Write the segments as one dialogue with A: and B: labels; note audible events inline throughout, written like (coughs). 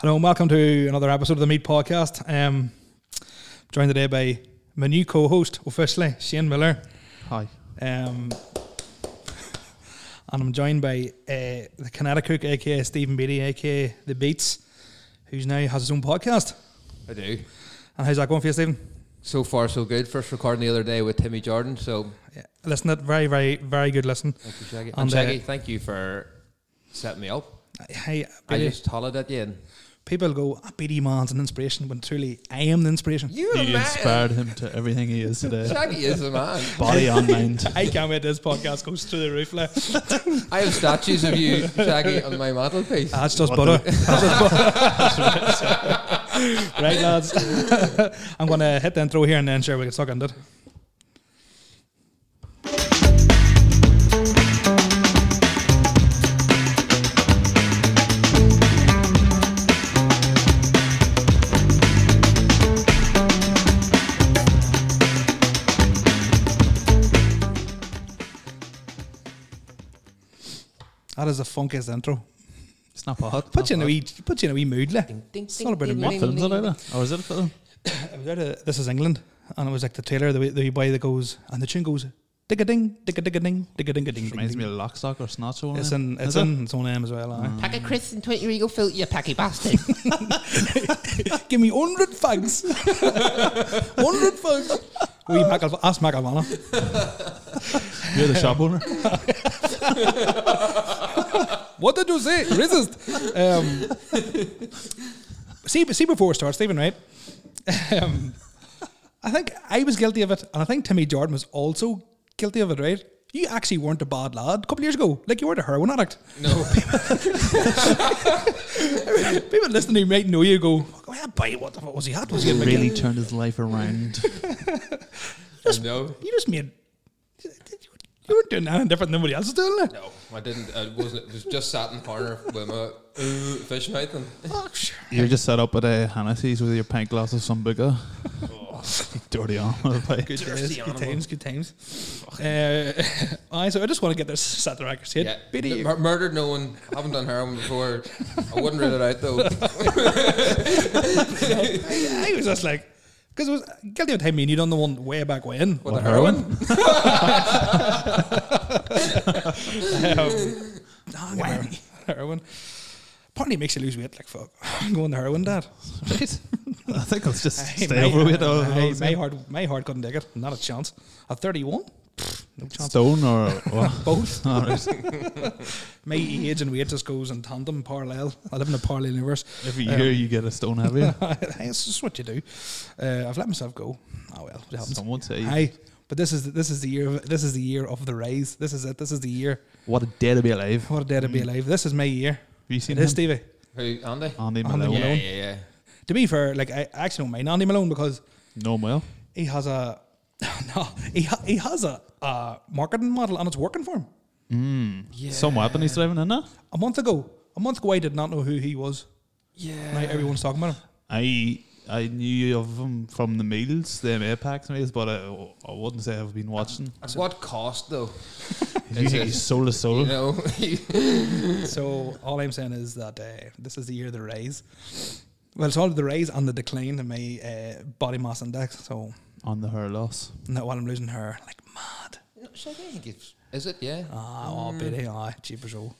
A: Hello and welcome to another episode of the Meat Podcast. Um, joined today by my new co-host officially, Shane Miller.
B: Hi.
A: Um, and I'm joined by uh, the Kinetic Cook, aka Stephen Beatty, aka The Beats, who's now has his own podcast.
C: I do.
A: And how's that going for you, Stephen?
C: So far, so good. First recording the other day with Timmy Jordan. So
A: Yeah, listen, that very, very, very good listen.
C: thank you, Shaggy. And,
A: And, uh,
C: Shaggy, thank you for setting me up.
A: Hey,
C: I
A: Beatty,
C: just hollered at you. And
A: people go, "Ah, Beatty man's an inspiration, when truly I am the inspiration.
C: you
B: You inspired him to everything he is
C: (laughs)
B: today.
C: Shaggy is a man.
B: Body and mind.
A: I can't wait this podcast goes through the roof. Like.
C: I have statues of you, Shaggy, on my mantelpiece.
A: That's just butter. (laughs) That's just butter. (laughs) right, lads. (laughs) I'm going to hit the intro here and then sure we can suck on it. That is the funkiest intro.
B: It's not bad.
A: Put you in a wee, put you in a wee mood, like. It's not a bit of
B: What
A: mood.
B: film's it out of? Or Oh, is it a film?
A: It was out of This Is England, and it was like the trailer, the way the wee boy that goes, and the tune goes, dig a ding, dig a dig a ding, dig a ding a ding.
B: Reminds me of Lockstock or Snatch or
A: It's
B: something.
A: in, it's
B: Is it?
A: in its own name as well. aye.
D: Pack of crisps and 20 Regal filter, you packy bastard.
A: Ah, Give me hundred fags, (laughs) hundred fags. We Macal, ask Macalvana.
B: You're the shop (laughs) owner.
A: What did you say? Resist. Um, see, see before we start, Stephen. Right. Um, I think I was guilty of it, and I think Timmy Jordan was also guilty of it. Right. You actually weren't a bad lad a couple of years ago. Like you weren't a heroin addict.
C: No,
A: People listening who might know you go, well, boy, what the fuck was he at? Was he in
B: really turned his life around. (laughs)
C: no,
A: You just made. You weren't doing anything different than anybody else is doing. Like.
C: no. I didn't. I wasn't. It was just sat in the corner with my uh, fish mouth. And
A: Oh, sure.
B: You're just set up at a Hennessy's with your pint glass of (laughs) Sambuca. Dirty arm (laughs) of a
A: Good,
B: bike.
A: days, good times, good times. Uh, (laughs) aye, so I just want to get this set the record straight.
C: yeah,
A: Biddy,
C: Mur- murdered no one. Haven't done heroin before. I wouldn't rule it out though.
A: I, I was just like, because it was guilty of time me and you done the one way back when.
C: What, the
B: heroin?
C: heroin?
A: Um, nah, (laughs) heroin. heroin. Apparently, it makes you lose weight. Like fuck, (laughs) I'm going to heroin, Dad.
B: (laughs) Right. I think I'll just
A: Aye,
B: stay
A: (laughs)
B: overweight. all- all
A: aye,
B: the
A: my
B: time.
A: heart, my heart couldn't take it. Not a chance. At 31, Pfft, no chance.
B: Stone or what? (laughs)
A: Both.
B: All right.
A: My age and weight just goes in tandem, parallel. I live in a parallel universe.
B: Every year you get a
A: (laughs)
B: stone heavier.
A: That's just what you do. Uh, I've let myself go. Oh well, it happens.
B: Some would say.
A: Aye, but this is this is the year. Of, this is the year of the rise. This is it. This is the year.
B: What a day to be alive. Have
A: What a day to be alive. This is my year.
B: you seen
A: Mm. It is
B: him?
A: Stevie.
C: Who? Andy.
B: Andy
A: Andy
B: Malone.
C: yeah,
A: Malone.
C: yeah, yeah.
A: To be fair, like I I actually don't mind Andy Malone because
B: Know him well.
A: he has a (laughs) no, he ha- he has a, a marketing model and it's working for him.
B: Some weapon he's driving in there.
A: A month ago, a month ago, I did not know who he was.
C: Yeah.
A: Now everyone's talking about him.
B: I I knew of him from the meals, the Apex meals, but I, I wouldn't say I've been watching.
C: At what cost though?
B: You think he's soul to
A: Hmm?
B: soul.
C: You know, (laughs)
A: So all I'm saying is that uh, this is the year of the rise. Well, it's all the rise and the decline in my uh, body mass index. So
B: on the her loss.
A: now while I'm losing her like mad.
C: No, Shaggy, I think it's- is it? Yeah.
A: Ah, oh, Biddy, aye, cheapers all.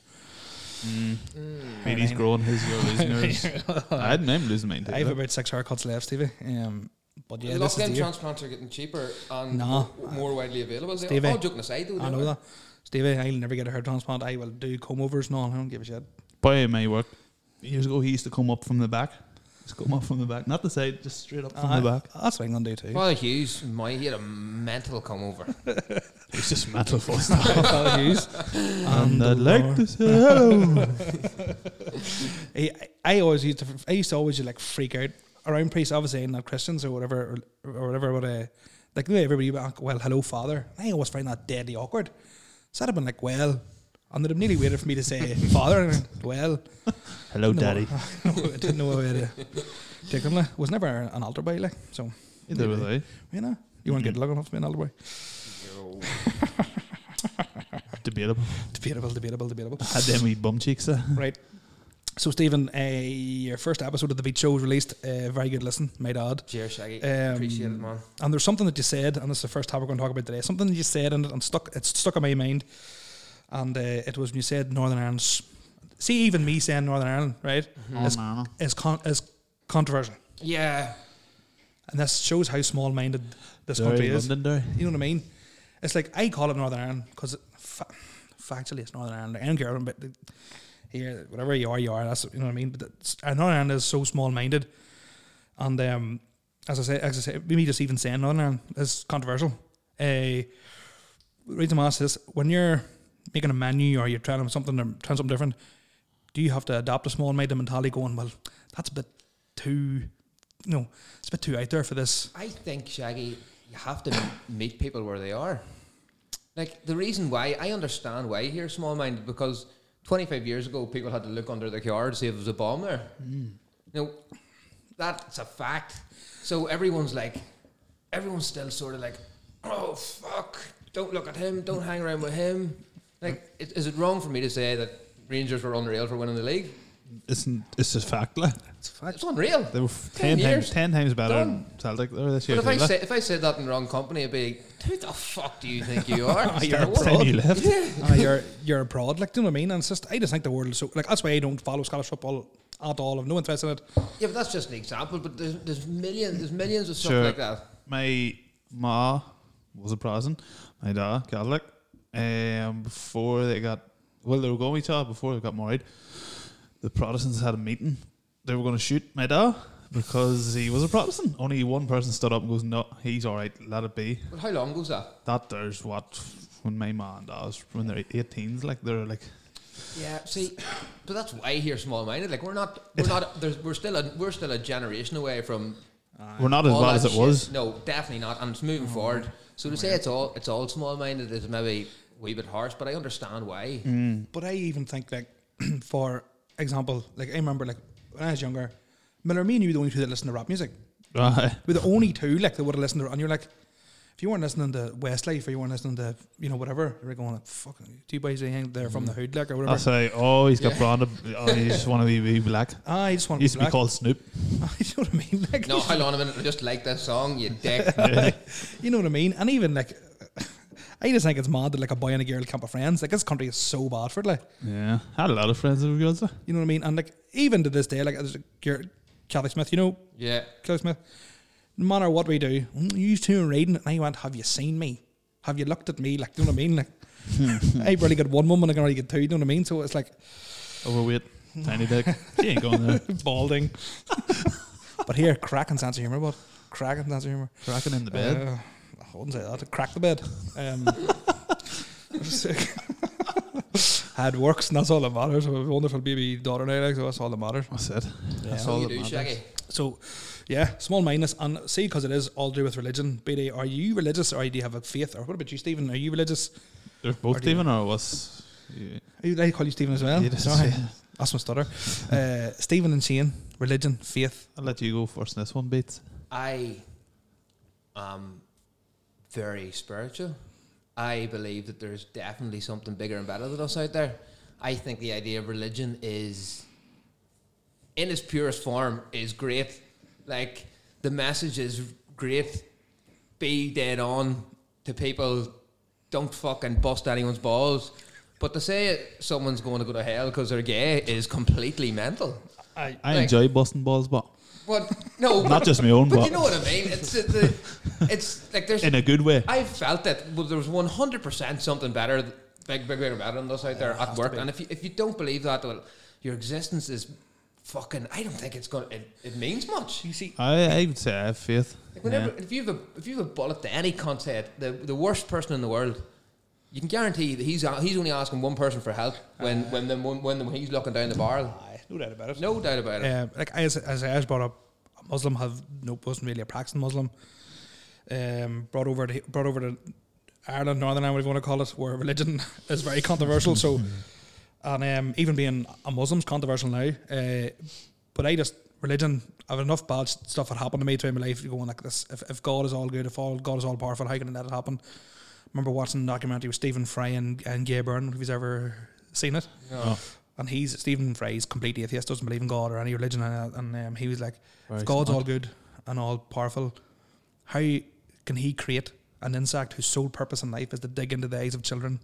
A: Mm.
B: Maybe he's
A: Alright.
B: growing his, (laughs) you're losing yours. I had name losing mine too.
A: I have
B: though.
A: about six haircuts left, Stevie. Um, but yeah,
C: a
A: this
C: lot of
A: is the
C: them
A: year.
C: transplants are getting cheaper and
A: No.
C: mo- more widely available. They
A: Stevie.
C: are all joking aside, though.
A: eh? I know that. Stevie, I'll never get a hair transplant. I will do comb overs and all. I don't give a shit.
B: By my work, years ago, he used to come up from the back. Just come up from the back, not the side, just straight up from
A: Aye,
B: the back.
A: That's what I'm going to do too.
C: Father Hughes, my, he had a mental come over. (laughs)
B: It's just mental force.
A: I'll use.
B: (laughs) and
A: the
B: I'd like
A: lower.
B: to say hello.
A: uh, I, I always used to, I used to always like freak out around priests, obviously, and not Christians or whatever, or, or whatever. But uh, like the way everybody would be like, well, hello, father. I always find that deadly awkward. So I'd have been like, well, and they'd have nearly waited for me to say father. And well,
B: (laughs) hello,
A: no,
B: Oh, daddy.
A: I didn't know where (laughs) to take them. Like. Was never an altar boy, like so.
B: Either way,
A: You know, you weren't good looking enough to be an altar boy.
B: debatable.
A: Debatable, debatable, debatable.
B: Had them wee bum cheeks. eh?
A: right. So, Stephen, uh, your first episode of the Beat Show was released. Uh, very good listen, might add.
C: Cheers, Shaggy.
A: Um,
C: Appreciate it, man.
A: And there's something that you said, and this is the first topic we're going to talk about today. Something that you said, and it and stuck. It's stuck in my mind. And uh, it was when you said Northern Ireland's. See, even me saying Northern Ireland, right, is
B: man.
A: is, con- is controversial,
C: Yeah.
A: and this shows how small-minded this
B: Derry,
A: country is.
B: London, Derry.
A: You know what I mean? It's like I call it Northern Ireland because fa- factually it's Northern Ireland. I don't care, but the- here, whatever you are, you are. That's you know what I mean. But that's, and Northern Ireland is so small-minded, and um, as I say, as I say, me just even saying Northern Ireland is controversial. Uh, reason I ask this: when you're making a menu or you're trying something or trying something different, do you have to adopt a small-minded mentality? Going well, that's a bit too, you know, it's a bit too out there for this.
C: I think Shaggy, you have to meet people where they are. Like the reason why I understand why here small minded because 25 years ago people had to look under the car to see if there was a bomb there. No, that's a fact. So everyone's like, everyone's still sort of like, oh fuck, don't look at him, don't hang around with him. Like, is, is it wrong for me to say that Rangers were unreal for winning the league?
B: Isn't it's just fact like
A: It's a
C: It's unreal.
B: they were ten,
C: Ten years.
B: times ten times better
C: Done.
B: than Celtic there this
C: But
B: year.
C: if I,
B: too, like.
C: say, if I said that in the wrong company, it'd be like, who the fuck do you
B: (laughs)
C: think you are?
A: You're
C: Start
A: a
B: Ten
A: fraud.
B: you left.
C: (laughs)
A: Ah, you're you're abroad, like do you know what I mean? And it's just I just think the world is so like that's why I don't follow Scottish football at all. I've no interest in it.
C: Yeah, but that's just an example. But there's, there's millions, there's millions of stuff
B: Sure.
C: like that.
B: My ma was a Protestant. My dad Catholic. Um, before they got well, they were going with each other before they got married. The Protestants had a meeting. They were going to shoot my dad because he was a Protestant. Only one person stood up and goes, "No, he's all right. Let it be."
C: But how long goes that?
B: That there's what when my ma and dad was when they're eighteens, like they're like
C: Yeah, see, but that's why here, small-minded. Like we're not, we're not, there's, we're still, a, we're still a generation away from
B: we're not as
C: all
B: bad
C: that
B: as it
C: shit.
B: was. (laughs)
C: No, definitely not. And it's moving forward. So to say it's all, it's all small-minded is maybe a wee bit harsh, but I understand why.
B: Mm.
A: But I even think like (clears throat) for example, like I remember like when I was younger, Miller, me and you were the only two that listened to rap music.
B: Right.
A: We're the only two like that would have listened to and you're like if you weren't listening to Westlife or you weren't listening to you know whatever, you're going like fucking two boys they hang there from the hood like or whatever.
B: Mm. That's right. Oh, he's got branded. Oh, he just want to be, be black.
A: ah, I just want
B: He used to be
A: black.
B: called Snoop.
A: (laughs) you know what I mean? Like
C: No, hold on a minute. I just like that song, you
B: (laughs)
C: dick.
A: (laughs) You know what I mean? And even like, (laughs) I just think it's mad that like a boy and a girl can't be friends. Like this country is so bad for it. Like,
B: Yeah, I had a lot of friends over girls.
A: you know what I mean? And like even to this day, like there's a girl, Kelly Smith. You know
C: Yeah.
A: Kelly Smith. No matter what we do, "Mm, you two are reading, and I went, "Have you seen me? Have you looked at me? Like, do you know what I mean?
B: (laughs)
A: Like, I barely got one woman, I can already get two. You know what I mean? So it's like
B: Overweight, tiny dick. She ain't going there.
A: (laughs) balding. but here, cracking sense of humor, but cracking sense of humor.
B: Cracking in the bed.
A: Uh, I wouldn't say that. Crack the bed. Um, (laughs) sick. I had works, and that's all that matters. I have a wonderful baby daughter now, like, so that's all that matters.
B: That's it. That's
C: So
B: all
C: you
B: that
C: do,
B: matters.
C: Shaggy.
A: So, yeah, small minus, and see, because it is all to do with religion. BD, are you religious, or do you have a faith, or what about you, Stephen? Are you religious?
B: They're both
A: Or do you-
B: Stephen or was. Yeah.
A: Are you, I call you Stephen as well.
B: You did,
A: Sorry,
B: yeah.
A: that's my stutter. Uh, Stephen and Shane, religion, faith.
B: I'll let you go first in this one, Beats.
C: I am very spiritual. I believe that there's definitely something bigger and better than us out there. I think the idea of religion is, in its purest form, is great. Like the message is great. Be dead on to people. Don't fucking bust anyone's balls. But to say someone's going to go to hell because they're gay is completely mental.
A: I,
B: I
C: Like-
B: enjoy busting balls, but
C: But no,
B: not
C: but-
B: just my own,
C: but
B: but
C: you know what I mean. It's it's, uh, it's like there's.
B: in a good way.
C: I felt that well, there was one hundred percent something better, big, big, bigger, better than us out there at work. And if you if you don't believe that, well, your existence is fucking. I don't think it's gonna. It, it means much.
A: you see,
B: I, I would say I have faith.
C: Like
B: Yeah.
C: whenever if you have a if you have a bullet to any content, the the worst person in the world, you can guarantee that he's a- he's only asking one person for help when
A: Ah.
C: when the, when, when he's looking down the barrel.
A: aye, no doubt about it.
C: No doubt about it.
A: Um, like as as I was brought up, a Muslim have no wasn't really a practicing Muslim. Um, brought over to brought over to Ireland, Northern Ireland, whatever you want to call it, where religion (laughs) is very controversial. So, and um, even being a Muslim's controversial now. Uh, but I just religion. I've enough bad s- stuff that happened to me through my life. Going like this, if, if God is all good, if all God is all powerful, how can I let it happen? remember watching a documentary with Stephen Fry and, and Gay Byrne. If you've ever seen it,
C: No.
A: and he's Stephen Fry's complete atheist, doesn't believe in God or any religion, and, and um, he was like,
B: Very
A: if God's
B: smart.
A: all good and all powerful, how can He create an insect whose sole purpose in life is to dig into the eyes of children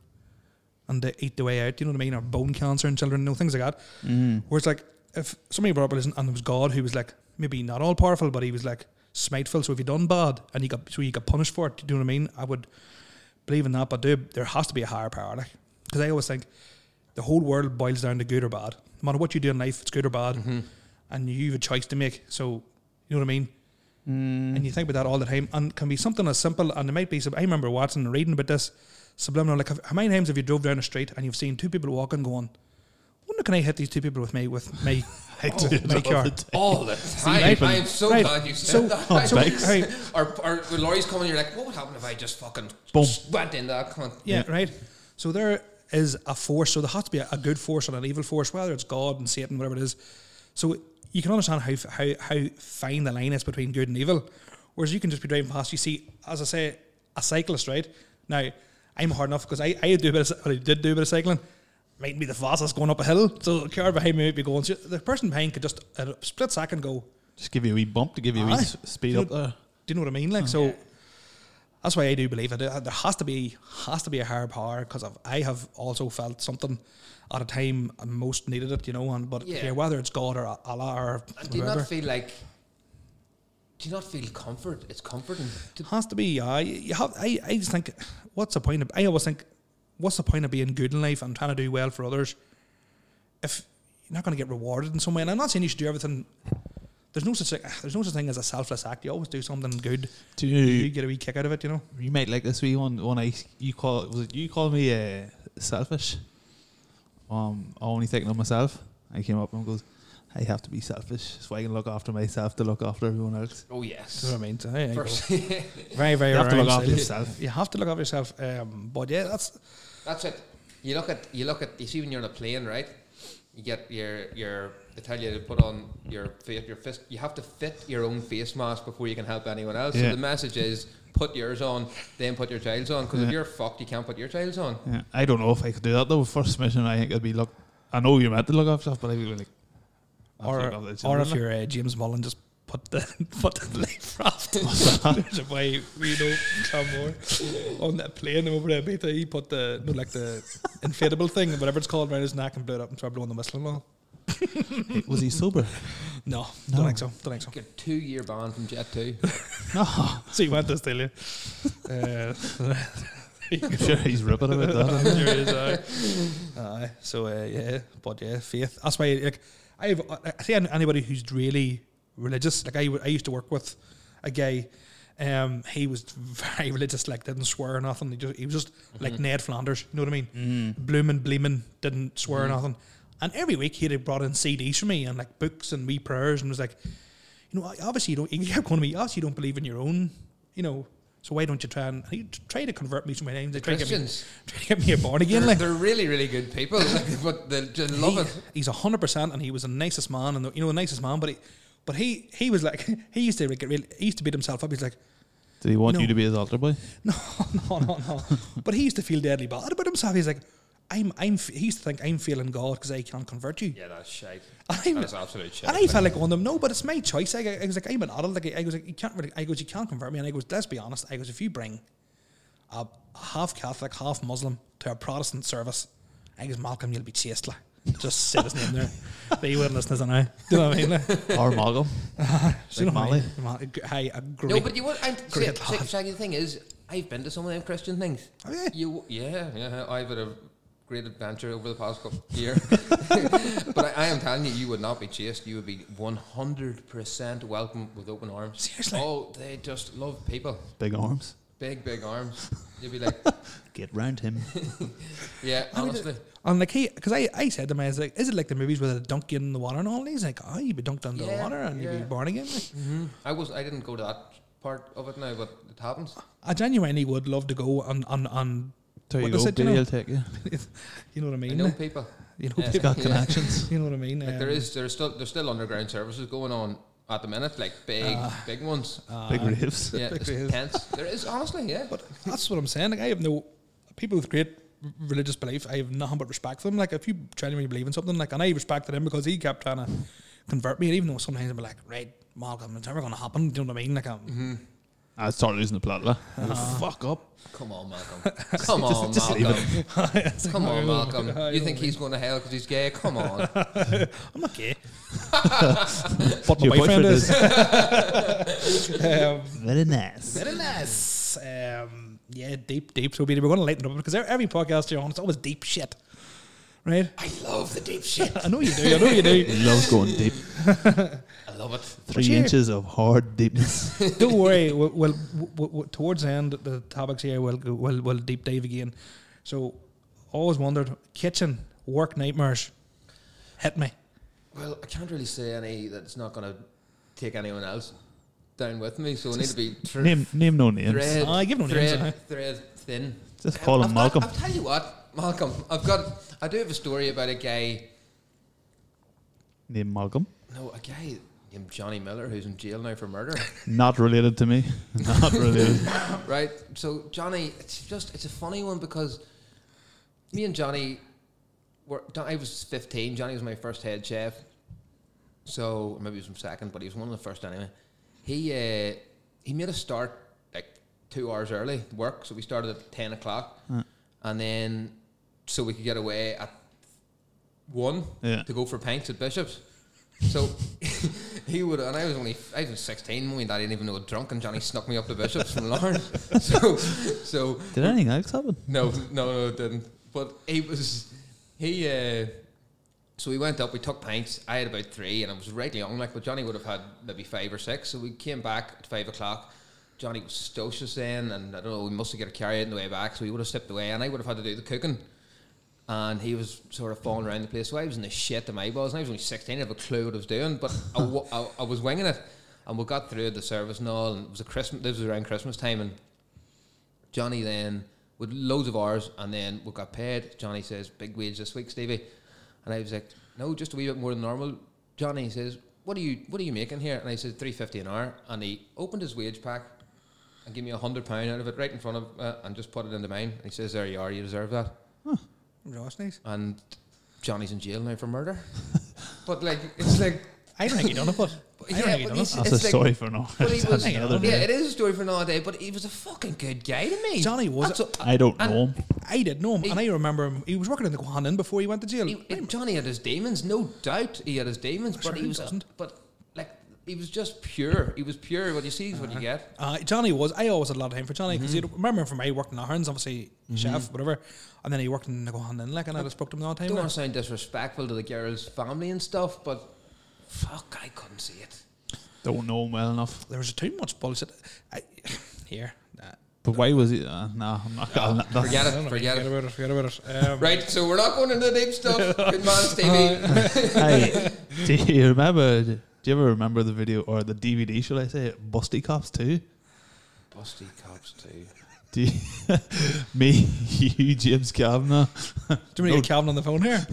A: and to eat the way out? You know what I mean? Or bone cancer in children, you know, things like that.
B: Mm.
A: Whereas, like, if somebody brought up religion and it was God who was like maybe not all powerful, but he was like smiteful. So if you done bad and you got so you got punished for it, do you know what I mean? I would believe in that, but there there has to be a higher power, like because I always think the whole world boils down to good or bad. No matter what you do in life, it's good or bad,
B: Mm-hmm.
A: and you have a choice to make. So you know what I mean. And you think about that all the time, and it can be something as simple, and it might be. Some, I remember watching and reading about this subliminal. Like, how many times have you drove down the street and you've seen two people walking, going, "Wonder can I hit these two people with me with my
B: (laughs)
A: oh,
B: I do it
A: my
B: all
A: car.
B: the time.
C: All the time.
A: right,
C: I am so
A: right.
C: glad you said
A: So-
C: that.
A: so- right.
C: or, or when Laurie's coming, you're like, what would happen if I just fucking
B: Boom.
C: went in that cunt?
A: Yeah, right. So there is a force. So there has to be a, a good force and an evil force, whether it's God and Satan, whatever it is. So you can understand how how how fine the line is between good and evil. Whereas you can just be driving past, you see, as I say, a cyclist, right? Now, I'm hard enough because I, I do a bit of, cy- or I did do a bit of cycling. Mightn't be the fastest going up a hill. So the car behind me might be going. So the person behind could just at a split second go,
B: Just give you a wee bump to give you a wee
A: Aye.
B: s- speed
A: Do you
B: up there. Oh,
A: Do you know what I mean? Like so. That's why I do believe it. There has to be has to be a higher power because I have also felt something at a time I most needed it, you know. And but
C: Yeah.
A: yeah, whether it's God or Allah or
C: And do you
A: whoever,
C: not feel like. Do you not feel comfort? It's comforting. To,
A: has to be. Yeah, you you have. I, I just think, what's the point of? I always think, what's the point of being good in life and trying to do well for others if you're not going to get rewarded in some way? And I'm not saying you should do everything. There's no such thing- there's no such thing as a selfless act. You always do something good.
B: Do
A: You
B: you,
A: get a wee kick out of it, you know.
B: you might like this wee one. One I you call was it you call me uh, selfish? Um, only thinking of myself. I came up and goes, I have to be selfish so I can look after myself to look after everyone else.
C: oh,
A: Do you
C: yes.
A: know what I mean? So, there you go.
C: First,
A: Very, very.
B: You have to
A: very
B: look after
A: silly.
B: yourself.
A: You have to look after yourself. Um, but yeah, that's
C: (laughs) That's it. You look at you look at you see when you're on a plane, right? You get your your they tell you to put on your fa- your fist. You have to fit your own face mask before you can help anyone else.
B: Yeah.
C: So the message is put yours on, then put your child's on. Because
B: Yeah.
C: if you're fucked, you can't put your child's on.
B: Yeah, I don't know if I could do that though. First mission, I think I'd be look. I know you're meant to look after stuff, but I'd be like, I have to
A: or
B: look after the
A: or if
B: (laughs) children.
A: you're uh, James Mullen, just put the (laughs) put the life raft.
B: (laughs)
A: on. There's a way we know Clamore on that plane over there. Beta, he put the no, like the inflatable thing, whatever it's called, around his neck and blew it up and started blowing the whistle and all.
B: was
A: (laughs)
B: he sober? (laughs)
A: No,
B: No.
A: don't think so. Don't think so.
C: Get a two year ban from Jet
A: (laughs)
C: Two.
B: No,
A: So he went to
B: (laughs)
A: Australia. Uh,
B: I'm sure he's ripping
A: (laughs)
B: about that.
A: There is, aye. Aye, so uh, yeah, but yeah, faith. That's why like I've I I see an- anybody who's really religious. Like I, w- I used to work with a guy. Um, he was very (laughs) religious, like didn't swear or nothing. He, just, he was just like Ned Flanders, you know what I mean? Blooming, bleaming, didn't swear or nothing. And every week he'd have brought in CDs for me and like books and wee prayers and was like, you know, I- obviously you don't. He kept going to me. Obviously you don't believe in your own, you know. So why don't you try and, and he tried to convert me to my names? They tried to get me
C: Christians,
A: (laughs) trying to get me a born again.
C: they're,
A: Like
C: they're really really good people, like, but they just love
A: he,
C: it.
A: He's hundred percent, and he was the nicest man, and the, you know the nicest man. But he, but he, he was like (laughs) he used to get really, he used to beat himself up. He's like, (laughs)
B: Did he want
A: No.
B: you to be his altar boy?
A: no, no, no, no. but he used to feel deadly bad about himself. He's like, I'm, I'm. f- He used to think I'm failing God because I can't convert you.
C: Yeah, that's shite.
A: (laughs) I'm-
C: That's absolute shit.
A: And I felt like on them, no, but it's my choice. I, I was like, I'm an adult. Like, I was like, you can't really, I goes, you can't convert me. And I goes, let's be honest. I goes, if you bring a half Catholic, half Muslim to a Protestant service, I goes, Malcolm, you'll be chased. Like. Just say his name there. They wouldn't listen to now. Do you know what I mean?
B: (laughs)
A: Like,
B: (laughs) Or Malcolm?
A: so you know
B: Like
A: what I mean? Ma- Hey, a uh, great.
C: No, but you want. I'm see,
A: Great
C: see,
A: lad.
C: Shaggy, the thing is, I've been to some of them Christian things.
A: Have you?
C: You, yeah, yeah. I've had a great adventure over the past couple
A: (laughs)
C: of year, (laughs) but I, I am telling you, you would not be chased. You would be one hundred percent welcome with open arms.
A: Seriously?
C: Oh, they just love people.
B: Big arms.
C: Big, big arms. You'd be like,
A: (laughs)
B: Get round him.
C: yeah,
A: I mean,
C: honestly.
A: And like he, because I, I said to him, I was like, is it like the movies where they dunk you in the water and all? And he's like, oh, you'd be dunked under the
C: Yeah,
A: water and you'd
C: yeah.
A: be born again. Like,
C: I was. I didn't go to that part of it now, but it happens.
A: I genuinely would love to go and, and, and
B: There you
A: What is
B: go.
A: it, you
B: Billy
A: know?
B: will take you.
A: (laughs) you know what I mean?
C: I know people.
A: You know,
C: Yeah.
B: He's
A: people-
B: got
C: Yeah.
B: connections.
A: you know what I mean?
C: Like there
A: Um,
C: is, there's still, there's still underground services going on at the minute, like big,
B: Ah.
C: big ones.
B: Big
A: Uh,
B: raves.
C: Yeah,
A: Like
C: it's
A: there is.
C: tense. There is honestly, yeah.
A: But that's what I'm saying. Like I have no people with great r- religious belief, I have nothing but respect for them. Like, if you genuinely believe in something, like, and I respected him because he kept trying to convert me, even though sometimes I'm like, right, Malcolm, it's never going to happen. Do you know what I mean? Like, I'm,
C: Mm-hmm.
B: I start losing the plot. Like, fuck up.
C: Come on, Malcolm. Come
B: (laughs)
C: on,
B: just leave
C: Malcolm.
A: (laughs) It's like,
B: (laughs)
C: Come on,
A: no,
C: Malcolm.
A: I
C: You
A: don't
C: think he's going to hell because he's gay? Come on.
A: I'm not
C: (laughs)
A: gay. but my
B: Your
A: boyfriend,
B: boyfriend
A: is. um,
B: (laughs) Very nice.
A: very nice. Um, yeah, deep, deep. So we're going to lighten it up because every podcast you're on, it's always deep shit, right?
C: I love the deep shit.
A: I know you do. I know you do.
B: Love going deep.
C: I love it.
B: Three
A: Cheer.
B: inches of hard deepness.
A: Don't worry. We'll, we'll, we'll, we'll- towards the end, the topics here will will will deep dive again. So, always wondered kitchen work nightmares. Hit me.
C: Well, I can't really say any that's not going to take anyone else down with me, so I need to be thr-
B: name name no names.
C: thread,
A: Aye, give no names,
C: thread,
A: aye.
C: thread thin.
B: Just call him
C: I've
B: Malcolm.
C: Got, I'll tell you what, Malcolm. I've got. I do have a story about a guy.
B: Name Malcolm.
C: No, a guy named Johnny Miller who's in jail now for murder. (laughs)
B: Not related to me. Not related.
C: right. So Johnny, it's just it's a funny one because me and Johnny were. Don- I was fifteen. Johnny was my first head chef. So or maybe he was from second, but he was one of the first anyway. He uh, he made us start like two hours early work, so we started at ten o'clock, and then so we could get away at one
B: Yeah.
C: to go for pints at Bishop's. So (laughs) he would, and I was only I was sixteen. My dad didn't even know I was drunk, and Johnny snuck me up to Bishop's from Lawrence. (laughs) So so
B: Did anything else happen?
C: no, no, no, it didn't. But he was he. Uh, so we went up. We took pints. I had about three, and I was right young. Like, but Johnny would have had maybe five or six. So we came back at five o'clock. Johnny was stocious then, and I don't know. We must have got a carry out on the way back, so he would have slipped away, and I would have had to do the cooking. And he was sort of falling around the place. So I was in the shit to my eyeballs, and I was only sixteen. I didn't have a clue what I was doing, but I, wa- I- I was winging it. And we got through the service and all, and it was a Christmas. This was around Christmas time, and Johnny then with loads of hours, and then we got paid. Johnny says, "Big wage this week, Stevie," and I was like, "No, just a wee bit more than normal." Johnny says, "What are you What are you making here?" And I said, 350 an hour." And he opened his wage pack and gave me a hundred pound out of it right in front of, uh, and just put it into mine. And he says, "There you are. You deserve that."
A: Oh, That's nice.
C: And Johnny's in jail now for murder. (laughs) but like, it's like,
A: I don't think you done it,
C: (laughs)
A: but I don't
C: Yeah,
A: think you
C: but
A: done it.
C: he's-
B: That's
C: It's
B: a
C: like-
B: story for now.
C: but he was, yeah,
A: another
C: it is a story for another day. But he was a fucking good guy to me.
A: Johnny was
C: That's what-
B: I don't
C: and-
B: know him.
A: I did know him, and I remember him. He was working in the Guan Inn before he went to jail.
C: He- he- Johnny had his demons, no doubt. He had his demons,
A: sure
C: but he
A: he
C: was
A: doesn't.
C: but like he was just pure. He was pure. What you see is what you get.
A: Uh, Johnny was. I always had a lot of time for Johnny because
C: Mm-hmm.
A: you remember him from I worked in Ahern's, obviously chef, whatever, and then he worked in the Guan Inn, like, and I just spoke to him all the
C: Don't
A: time.
C: want to sound disrespectful to the girl's family and stuff, but fuck, I couldn't see it.
B: Don't know him well enough.
A: There was too much bullshit. I, (sighs) here, nah,
B: But why was he? Uh, nah, I'm not. I'll not- that's-
C: Forget
A: I don't know,
C: it. Forget it.
A: about it. Forget about it. Um,
C: Right, so we're not going into the deep stuff. Good man, Stevie. (laughs)
B: Hey, do you remember? Do you ever remember the video or the DVD? Should I say Busty Cops Two?
C: Busty cops too.
B: Do you, (laughs) me, you, James Kavanagh.
A: Do we need Calvin on the phone here?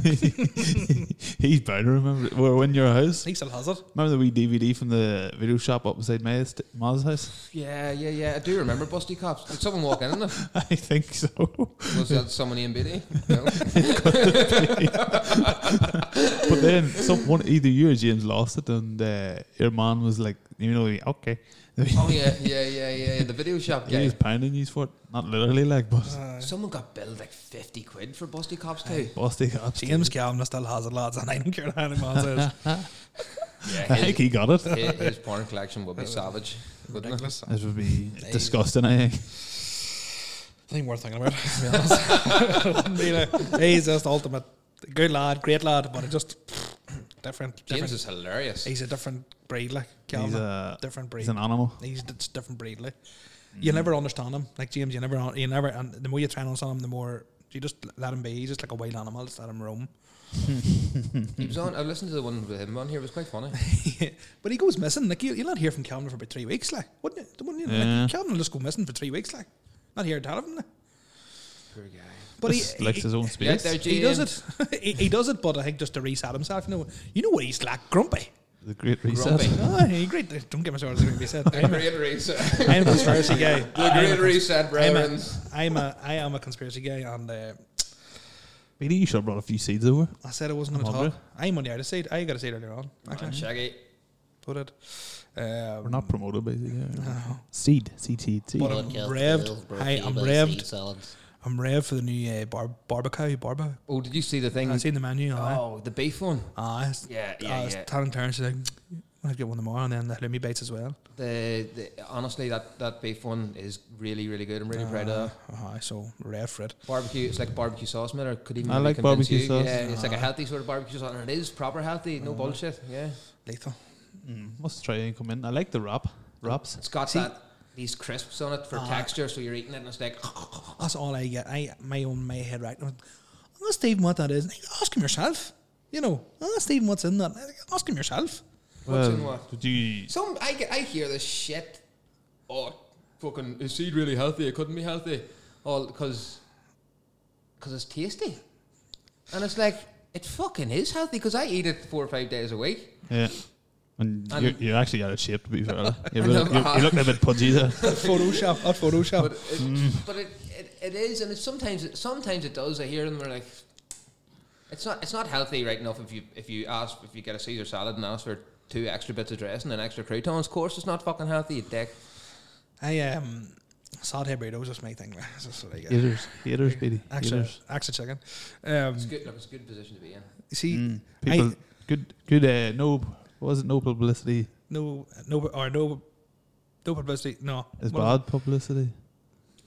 B: (laughs) He's bound to remember. it. We We're in your house.
A: He still has it.
B: Remember the wee DVD from the video shop up beside my est- Ma's house? (laughs)
C: Yeah, yeah, yeah. I do remember Busty cops. Did someone walk in on it?
B: I think so.
C: Was that someone in BD? No.
B: But then someone, either you or James, lost it, and uh, your man was like, you know, he- okay. (laughs)
C: Oh yeah, yeah, yeah, yeah. The video shop
B: He
C: guy.
B: was pounding you for it. Not literally, like, but (laughs)
A: Uh,
C: Someone got billed like fifty quid for Busty Cops too.
B: Busty Cops. two. (laughs)
A: James Calvin still has it, lads, and I don't care what anyone says.
B: I
C: Yeah,
B: think
C: his,
B: he got it.
C: his, his porn collection would be savage. wouldn't it?
A: Ridiculous.
B: This would be disgusting, I think.
A: (laughs) Nothing worth thinking about. To be (laughs) honest. You know, he's just ultimate good lad, great lad, but it just different.
C: James
A: different.
C: is hilarious.
A: he's a different breed, like Calvin.
B: He's, a,
A: different breed.
B: he's an animal.
A: He's Mm-hmm. d- it's different breed. Like you never understand him, like James. You never, un- you never. And the more you try and understand him, the more you just l- let him be. He's just like a wild animal. Just let him roam.
C: He was on. I listened to the one with him on here. It was quite funny.
A: (laughs) but he goes missing. Like you, you'll not hear from Calvin for about three weeks. Like wouldn't you? Wouldn't you?
B: Yeah.
A: Like, Calvin will just go missing for three weeks. Like not hearing out of him. Like.
C: (laughs) Poor guy.
A: But he,
B: Just likes
A: he,
B: his own
C: Yeah,
B: space.
C: there,
A: he does
C: James.
A: it. (laughs) he, he does it. But I think just to reset himself. You know, you know what he's like. Grumpy.
B: the Great Reset.
C: (laughs) Grumpy.
A: Ah, he great. Don't get me started. Don't be said. I'm a,
C: Great reset.
A: I'm a conspiracy guy.
C: (laughs) The
A: I'm a
C: great reset,
A: I'm a,
C: brethren.
A: I'm a I am a conspiracy guy, and uh,
B: Beatty, you should have brought a few seeds over.
A: I said I wasn't going
B: I'm
A: to talk.
B: hungry.
A: I'm on the other side. I got a seed earlier on.
C: Man,
A: Actually,
C: Shaggy.
A: put it. Um,
B: We're not promoted, basically.
A: no.
B: Seed, seed, seed, seed.
A: But I'm revved. Hey, I'm revved. I'm ready for the new uh, bar- barbecue. Barba.
C: Oh, did you see the thing?
A: I've seen the menu. Oh.
C: oh, the beef one. Oh,
A: Ah, it's-
C: Yeah,
A: ah,
C: yeah,
A: it's
C: yeah.
A: Talon Terrence. She's like, I'll get one tomorrow, and then the halloumi bites as well.
C: The, the honestly, that, that beef one is really, really good. I'm really proud of that.
A: Uh, so red for it.
C: barbecue. It's like barbecue sauce, man. Or could even
B: I
C: really
B: like
C: convince
B: barbecue
C: you.
B: sauce.
C: Yeah, it's like a healthy sort of barbecue sauce, and it is proper healthy. No bullshit. Yeah,
A: Lethal.
B: Mm, must try and come in. I like the wrap. Wraps.
C: it's got
A: See-
C: that these crisps on it for
A: Ah.
C: texture, so you're eating it and it's like
A: That's all I get. I my own my head right. I'm like, "I'll ask Stephen what that is. Like, ask him yourself. You know, "I'll ask Stephen what's in that. Like, ask him yourself.
C: What's in what?
B: Um, Did you
C: Some I, get- I hear this shit. Oh, fucking is seed really healthy? It couldn't be healthy. All because because it's tasty, and it's like it fucking is healthy because I eat it four or five days a week.
B: Yeah. And
C: And-
B: you're, you're actually out of shape, to be fair. You
C: I
B: really-
C: know.
B: you you look a bit pudgy there.
C: (laughs)
A: Photoshop. Not Photoshop.
C: But it, but it, it, it is, and it's sometimes it, sometimes it does. I hear them. They're like, it's not it's not healthy right enough. If you if you ask if you get a Caesar salad and ask for two extra bits of dressing and extra croutons, of course it's not fucking healthy. You dick.
A: I um, sod head burritos. That's my thing. man. That's just what I get.
B: Haters. Haters, baby.
A: Actually,
B: Haters.
A: actually chicken. Um,
C: It's good. Look, it's a good position to be in.
A: you see,
B: Mm,
A: I-
B: people, good, good, uh, no, what was it? No publicity
A: no, no, or no, no publicity. No,
B: is
A: Well,
B: bad publicity.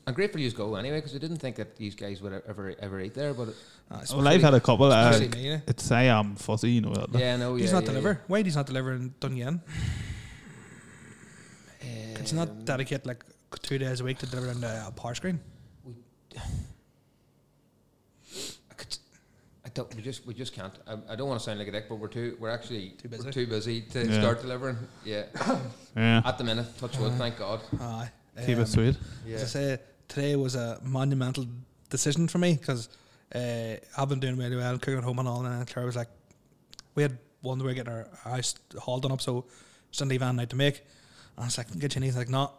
C: I'm grateful you go anyway because I didn't think that these guys would e-, ever ever eat there. But
A: ah, it's
B: Well, I've had a couple. Uh,
A: really me, you know.
B: it's I am fussy, you know. That,
C: yeah, no, yeah,
A: He's not
C: yeah,
A: deliver. Why he's not delivering Dunyan?
C: yeah.
A: It's not
C: Um,
A: dedicate like two days a week to deliver on the uh, power screen. (sighs)
C: I could. I don't. We just. We just can't. I, I don't want to sound like a dick, but we're too. We're actually
A: Too
C: we're
A: busy.
C: too busy to
B: Yeah.
C: start delivering. Yeah. (coughs)
B: Yeah.
C: At the minute, touch wood. Thank God.
A: Aye.
B: Keep
A: Um,
B: it sweet.
A: As I say, today was a monumental decision for me because uh, I've been doing really well, cooking at home and all. And then Claire was like, we had one we were getting our house hauled done up, so Sunday van night to make. And I was like, get your knees. Like, no,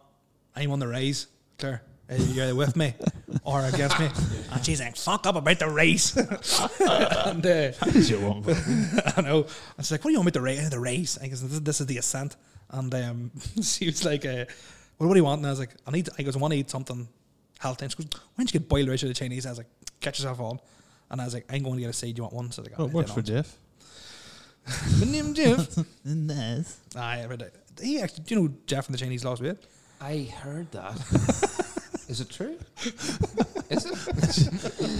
A: I'm on the raise, Claire. Are you either with me or against me? And she's like, fuck up about the raise. and uh,
B: That is your one.
A: (laughs) I know. I was like, "What do you want me to raise?" The race. I guess this, this is the ascent. And um, (laughs) she was like, uh, "Well, what do you want?" And I was like, "I need." I goes, "I want to eat something healthy." And she goes, "Why don't you get boiled rice or the Chinese?" I was like, "Catch yourself on." And I was like, "I'm going to get a seed. You want one?" So they got
B: Oh, it works for
A: Jeff.
B: Jeff.
A: name Jeff. (laughs)
B: Nice.
A: Aye, every day. He actually, do you know Jeff and the Chinese lost weight?
C: I heard (laughs) that. Is it true? (laughs) Is it?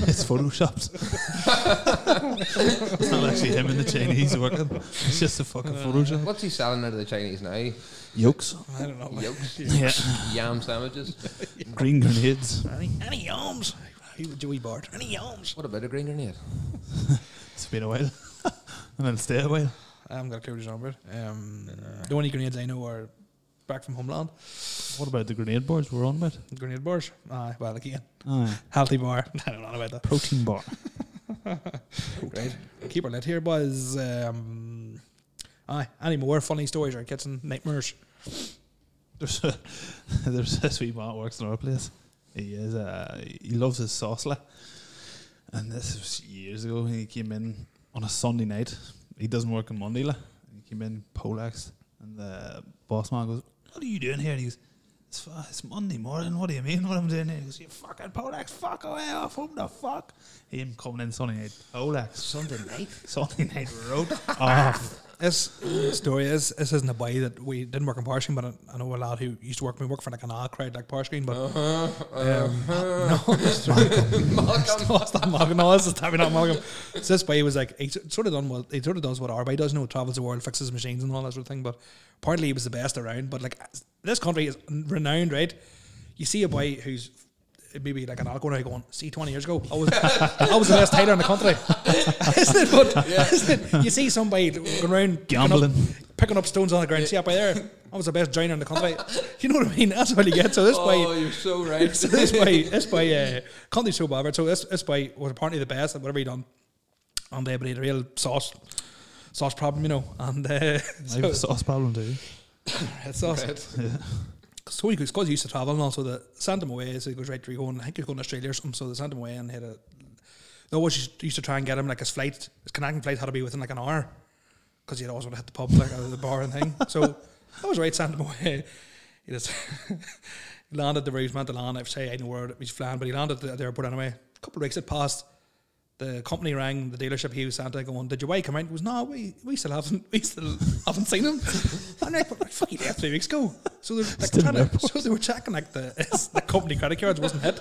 B: It's photoshopped. it's not actually him and the Chinese working. It's just a fucking photoshop.
C: What's he selling out of the Chinese now?
B: Yolks.
A: I don't know.
C: Yolks, (laughs)
B: Yeah.
C: yam sandwiches.
B: Green grenades.
A: Any, any yums? He was Joey Bart. Any yums?
C: What about a green grenade?
B: It's been a while. (laughs) and then stay a while.
A: I haven't got a clue what he's on about. Um, the only grenades I know are back from homeland.
B: What about the grenade bars we're on about?
A: Grenade bars. Aye, well again.
B: Aye.
A: Healthy bar. (laughs) I don't know about that.
B: Protein bar.
C: (laughs)
A: Right. Keep her lit here, boys. Um, aye, any more funny stories or kitchen nightmares?
B: There's a, (laughs) there's this wee man works in our place. He is uh he loves his sausla. And this was years ago. He came in on a Sunday night. He doesn't work on Monday. la. He came in Polax, and the boss man goes, "What are you doing here?" And he goes, "It's, fu- it's Monday morning. What do you mean? What I'm doing here?" He goes, "You fucking Polax, fuck away off home the fuck." Him coming in Sunday night, Polax,
C: Sunday night.
B: (laughs) Sunday night road off.
A: This story is this isn't a boy that we didn't work in Parscreen, but I, I know a lad who used to work. We work for like an odd crowd like Parscreen, but
C: Uh-huh.
A: um,
C: (laughs)
A: no, it's not-
C: Malcolm.
A: no, it's not Malcolm. (laughs) No, this is definitely not Malcolm. So this boy was like he sort of done what he sort of does what our boy does, you know, travels the world, fixes machines and all that sort of thing. But partly he was the best around. But like this country is renowned, right? You see a boy who's maybe like an alcohol now going, see, 20 years ago, I was, I was the best tailor in the country. (laughs) isn't it? But isn't it? You see somebody going around picking up-
B: Gambling.
A: Picking up, stones on the ground. See up by there, I was the best joiner in the country. You know what I mean? That's what you get. So this boy,
C: Oh, you're so right.
A: so this by this by uh, Conte's so bothered. So this this by was apparently the best at whatever he done. And uh, but he had a real sauce sauce problem, you know. And uh, (laughs)
B: I have a
A: so,
B: sauce problem too.
A: red sauce. So he goes, cause he used to travel and also they sent him away. So he goes right to go and I think he's going to Australia or something. So they sent him away and had a They always used- used to try and get him like his flight, his Canadian flight had to be within like an hour because he'd always want to hit the pub, like out of the bar and thing. So that was right, sent him away. He just (laughs) he landed the where he was meant to land. I say I know where he's flying, but he landed at the airport anyway. A couple of weeks had passed. The company rang the dealership he was sent to going, Did your wife come out? He goes, No, we, we still haven't we still (laughs) haven't seen him. I'm like, "But fuck, he left three weeks ago. So they're like,
B: Still in
A: trying
B: the
A: to, so they were checking like the (laughs) the company credit cards wasn't hit.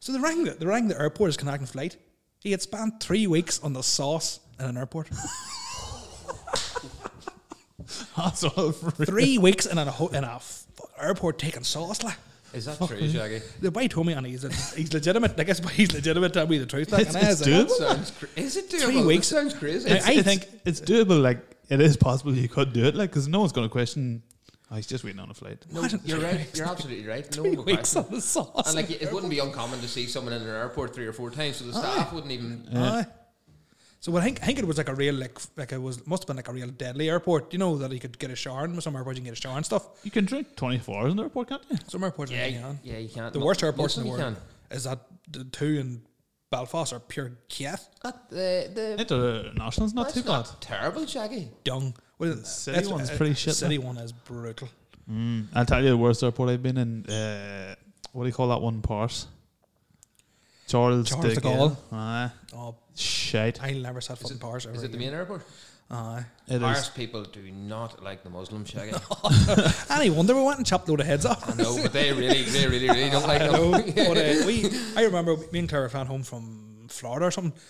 A: So they rang the they rang the airport as connecting flight. He had spent three weeks on the sauce in an airport.
B: That's all for real.
A: Three weeks in a ho- in a f- airport taking sauce like.
C: (laughs) Is that true, Shaggy?
A: The boy told me, and he's, he's legitimate. Like, it's- (laughs) he's legitimate. Tell me the truth. Like,
B: It's-
A: and I
B: it's
A: was like,
C: That sounds cra- is it doable?
A: Three
C: That
A: weeks.
C: sounds crazy.
A: It's-
B: I think it's doable. Like it is possible you could do it. Like because no one's going to question. Oh, he's just waiting on a flight.
C: no,
A: what?
C: you're right.
A: (laughs)
C: You're absolutely right. No
A: three
C: one would
A: weeks
C: question.
A: on the sauce.
C: And like, it wouldn't be uncommon to see someone in an airport three or four times,
A: Oh,
C: so the staff wouldn't even.
A: Aye. So what I think, I think it was like a real like f- like it was must have been like a real deadly airport. You know that you could get a shower in some airports you can get a shower and stuff.
B: You can drink twenty four hours in the airport, can't you?
A: Some airports
C: Yeah,
A: yeah,
C: you- yeah, you can't.
A: The
C: Mo-
A: worst
C: most
A: airports in
C: of
A: the
C: them
A: world
C: you
A: is that the two in Belfast are pure cat
C: That, the the
B: International's not
C: that's
B: too bad.
C: not terrible, Shaggy.
A: dung. Well,
B: city one's pretty shit,
A: City one is brutal.
B: Mm, I'll tell you the worst airport I've been in. Uh, what do you call that one? Pars. Charles,
A: Charles de Gaulle.
B: Aye.
A: Oh,
B: Shite.
A: I never sat fucking Paris ever.
C: Is it the
A: again.
C: main airport?
A: Aye.
B: It is.
C: Irish people do not like
A: (laughs)
C: the Muslim Shaggy.
A: Any wonder we went and chopped a load of heads off.
C: (laughs) I know,
A: (laughs)
C: but they really, they really, really don't like
A: I know. (laughs)
C: them.
A: but uh, we, I remember me and Claire were flying home from Florida or something,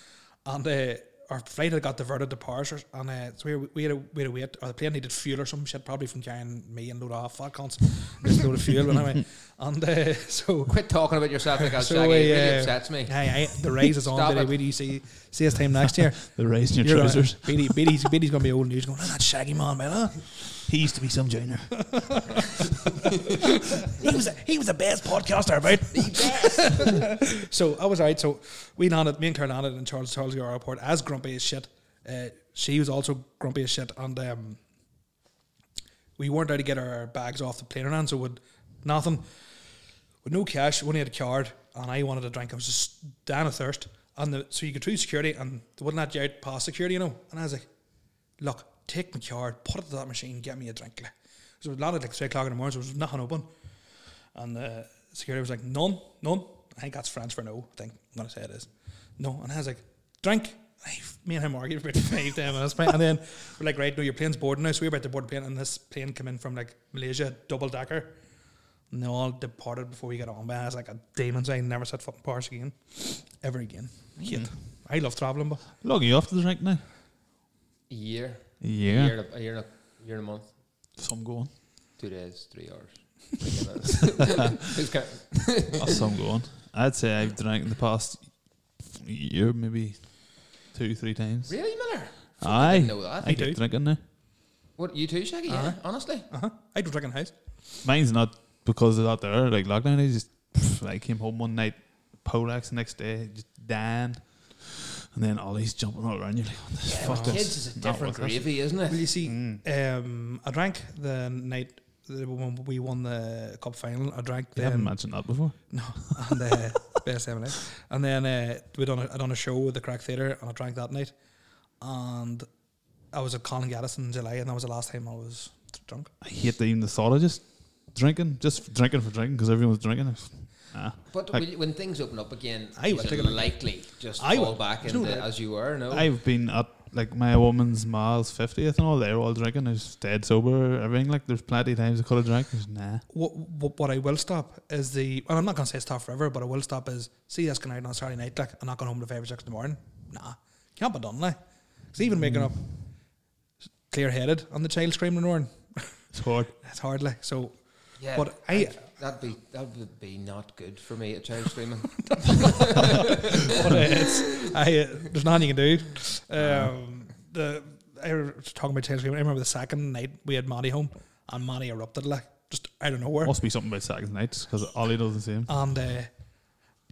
A: and uh, our flight had got diverted to Paris, or, and uh, so we, we had a we had to wait, or the plane needed fuel or some shit, probably from carrying me and load of fat cons, (laughs) just a load of fuel but
C: (laughs)
A: anyway, and uh, so.
C: (laughs) Quit talking about yourself like that,
A: So
C: Shaggy.
A: we,
C: it really
A: uh,
C: upsets me.
A: Hey, I, the raise
C: (laughs)
A: is
C: Stop
A: on. Diddy.
C: it.
A: We do you see see us time next
C: (laughs)
A: year.
B: the race in your
A: You're gonna-
B: trousers.
A: Beatty, Beatty's, Beatty's gonna be old news. Going, "Oh, that shaggy man, man. Huh?
B: He used to be
A: (laughs)
B: some junior.
A: He was a, he was the best podcaster about. (laughs) so I was right. So we landed, me and Claire landed in Charles Charles Gore Airport as grumpy as shit. Uh, she was also grumpy as shit, and um, we weren't allowed to get our bags off the plane, and so with nothing, with no cash, we only had a card, and I wanted a drink. I was just down of thirst, and the, so you could through security, and they wouldn't let you out past security, you know. And I was like, "Look, take my card, put it to that machine, get me a drink." like." So we landed like three o'clock in the morning, so there was nothing open. And uh, security was like, none, none. I think that's French for no. I think I'm going to say it is. No. And I was like, drink. I- Me and him argued for about (laughs) five, ten minutes. mate. And then we're like, right, no, your plane's boarding now. So we were about to board the plane. And this plane came in from like Malaysia, double decker. And they all departed before we got on. But I was like a demon. So I never set foot in Paris again. Ever again. Hate. I love traveling, but
B: Hmm. Logging you off to the drink now.
C: A year, a
B: Yeah.
C: year, and a, a year, and a year and a month,
B: Some going.
C: two days, three hours. (laughs) Three minutes. Who's counting?
B: That's some going. I'd say I've drank in the past year, maybe two, three times.
C: really, Miller? Fuck, I
B: Aye.
C: didn't know that.
B: I get
A: do.
B: drinking now.
C: What you too, Shaggy? Yeah,
A: Uh-huh.
C: honestly.
A: uh huh. I don't drink in the house.
B: Mine's not because of that there, like lockdown. I just pff, I came home one night, Polax the next day, just Dan, and then Ollie's jumping all around. You're like, what the
C: Yeah,
B: fuck?
C: with
B: this
C: kids is a
B: not
C: different
B: worth it.
C: gravy,
A: (laughs)
C: isn't
A: Well,
C: it?
A: you see,
B: Mm.
A: um, I drank the night that when we won the cup final. I drank
B: You haven't
A: then
B: mentioned that before.
A: No, (laughs) and uh, best M and And then uh, we done a, I done a show with the Crack Theatre, and I drank that night. And I was at Colin Gaddis in July, and that was the last time I was drunk.
B: I hate the, even the thought of just drinking, just f- drinking for drinking because everyone's drinking. It's- Nah.
C: But
B: I-
C: when, when things open up again,
A: I
C: you
A: would
C: should
A: take it like-
C: likely just
A: I
C: fall
A: would.
C: back
A: There's no
C: into
A: doubt.
C: as you were. No,
B: I've been at like my woman's Miles 50th and all, they're all drinking, they're just dead sober, everything. Like, there's plenty of times I could have drank. There's nah.
A: What, what what I will stop is the and I'm not gonna say stop forever, but I will stop is see us going out on a Saturday night. Like I'm not going home till five or six in the morning. Nah, can't be done now. It's even waking up clear headed and the child screaming and roaring.
B: It's hard.
A: It's hard like so.
C: yeah,
A: but I-
C: that'd be that would be not good for me. A child screaming.
A: but uh, it's, I, uh, there's nothing you can do. Um, the I was talking about Chelsea. I remember the second night we had Maddie home, and Maddie erupted like just out of nowhere,
B: Must be something about Saturday nights because Ollie doesn't see him.
A: and uh,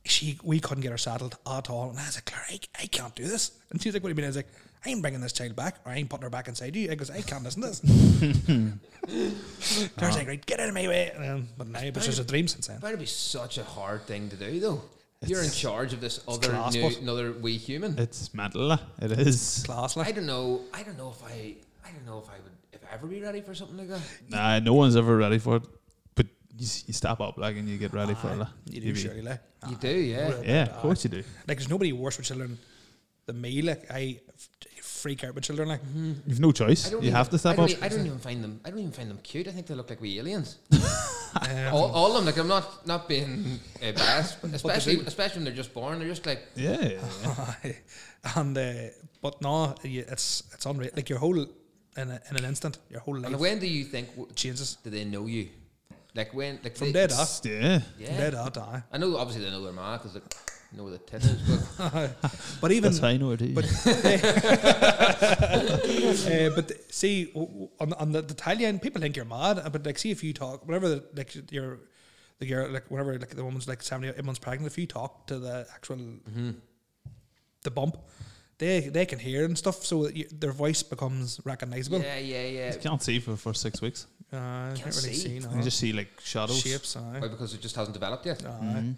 A: she we couldn't get her saddled at all. And I was like, Claire, I, I can't do this. And she's like, What do you mean? I was like, I ain't bringing this child back, or I ain't putting her back inside you. I goes, I can't listen to this. Claire's like, Right, get out of my way. And, um, but now it's just a dream since then.
C: That'd be such a hard thing to do, though. You're in
B: It's-
C: charge of this other
B: class,
C: new,
B: but-
C: another wee human.
B: It's mental. eh? It is.
A: Class,
C: I
A: like.
C: don't know. I don't know if I. I don't know if I would if I ever be ready for something like that.
B: Nah, no one's ever ready for it. But you, s- you step up like and you get ready for it. like.
A: You
B: You
A: do,
B: be-
A: surely, like.
C: You do, yeah.
B: Yeah, of course you do.
A: Like, there's nobody worse with children than me. Like, I f- freak out with children, like.
B: You've no choice.
C: I
B: You
C: don't even-
B: have to
C: I
B: step
C: don't
B: up.
C: e- I don't even find them. I don't even find them cute. I think they look like wee aliens.
A: Um,
C: (laughs) all, all of them. Like I'm not not being
A: (laughs)
C: uh, biased, but especially especially when they're just born. They're just like
B: Yeah, yeah, yeah.
C: Oh.
A: (laughs) and, uh, but no, you- it's it's unreal. Like, your whole, in, a, in an instant, your whole life
C: And when do you think w-
A: changes.
C: do they know you? Like when? Like
A: From
C: they-
A: dead up.
B: It's- yeah.
C: Yeah.
A: Dead or die.
C: I know. Obviously, they know their ma because they know where the tit is.
A: (laughs)
C: But
A: But even
B: That's how I know it is.
A: But (laughs) uh, but th- see w- w- on on the, the Italian people think you're mad, uh, but like see if you talk whenever the, like you're the girl like whenever like the woman's like seventy eight months pregnant, if you talk to the actual
C: Mm-hmm.
A: the bump, they they can hear and stuff, so that you, their voice becomes recognizable.
C: yeah, yeah, yeah.
B: you can't see for the first six weeks.
A: Uh, can't really
C: see.
A: see, no.
B: You just see like shadows.
A: shapes. Aye.
C: Why? Because it just hasn't developed yet.
A: Aye.
B: mm-hmm.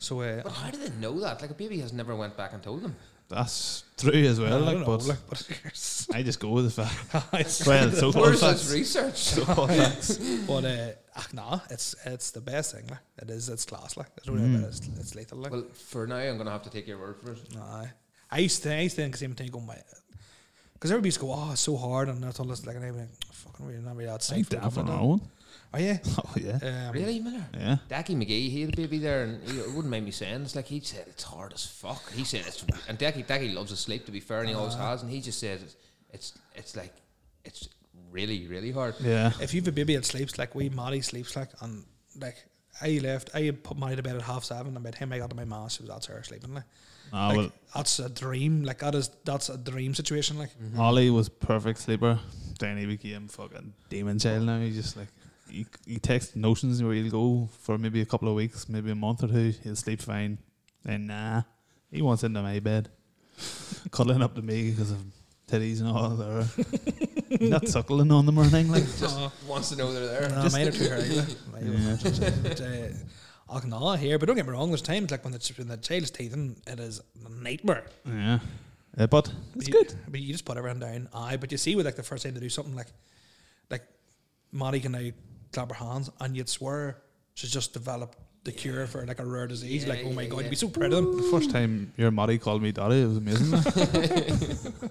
A: So uh,
C: But how do they know that? Like a baby has never went back and told them.
B: That's true as well.
A: I
B: like,
A: don't know,
B: but
A: like, but (laughs)
B: I just go with the (laughs) fact.
A: it's-
B: well, so
C: Where's
B: far,
C: this
A: (laughs)
C: research?
B: so far, facts.
A: but uh, ach, nah, it's it's the best thing. Like. It is, it's class. Like, there's no doubt
B: Mm-hmm.
A: about it, it's, it's lethal. Like.
C: Well, for now, I'm gonna have to take your word for it.
A: No, I used to, I used to think the same thing going my, because everybody used to go, oh, it's so hard, and that's all this like, and I'm like, fucking really not really that
B: I'm
A: safe.
B: down for that one.
A: Oh yeah,
B: Oh yeah,
A: um,
C: Really, Miller?
B: yeah.
C: Decky McGee, he had a baby there, and he it wouldn't mind me saying it's like he said it's hard as fuck. He said it's, and Decky Decky loves his sleep to be fair, and he
A: Uh-huh.
C: always has, and he just says it's it's, it's like it's really really hard.
B: Yeah.
A: If you've a baby that sleeps like we, Maddie sleeps like, and like I left, I put Maddie to bed at half seven, and by the time I got to my mom, she was that's her sleeping. Like,
B: Ah,
A: like
B: well,
A: that's a dream. Like that is that's a dream situation. Like
B: Ollie was perfect sleeper. Then he became fucking demon child. Now he just like he, he takes notions where he'll go for maybe a couple of weeks, maybe a month or two. He'll sleep fine. Then nah, he wants into my bed, (laughs) cuddling up to me because of titties and all there. Not suckling on them or anything like.
C: Just wants to know they're there.
A: No,
B: Just
A: mine are too hard. Mine are
B: (laughs) Yeah.
A: just, uh, I can all hear, but don't get me wrong. There's times like when the, ch- when the child's teething, it is a nightmare.
B: (laughs) Yeah, Uh, but it's
A: you,
B: good.
A: But you just put everyone down. Aye, but you see with like the first time they do something like, like, Maddie can now clap her hands, and you'd swear she's just developed the cure for like a rare disease.
C: Yeah,
A: like, oh my
C: yeah,
A: god,
C: yeah.
A: you'd be so proud of them.
B: The
C: (laughs)
B: first time your Maddie called me daddy, it was amazing. (laughs) like.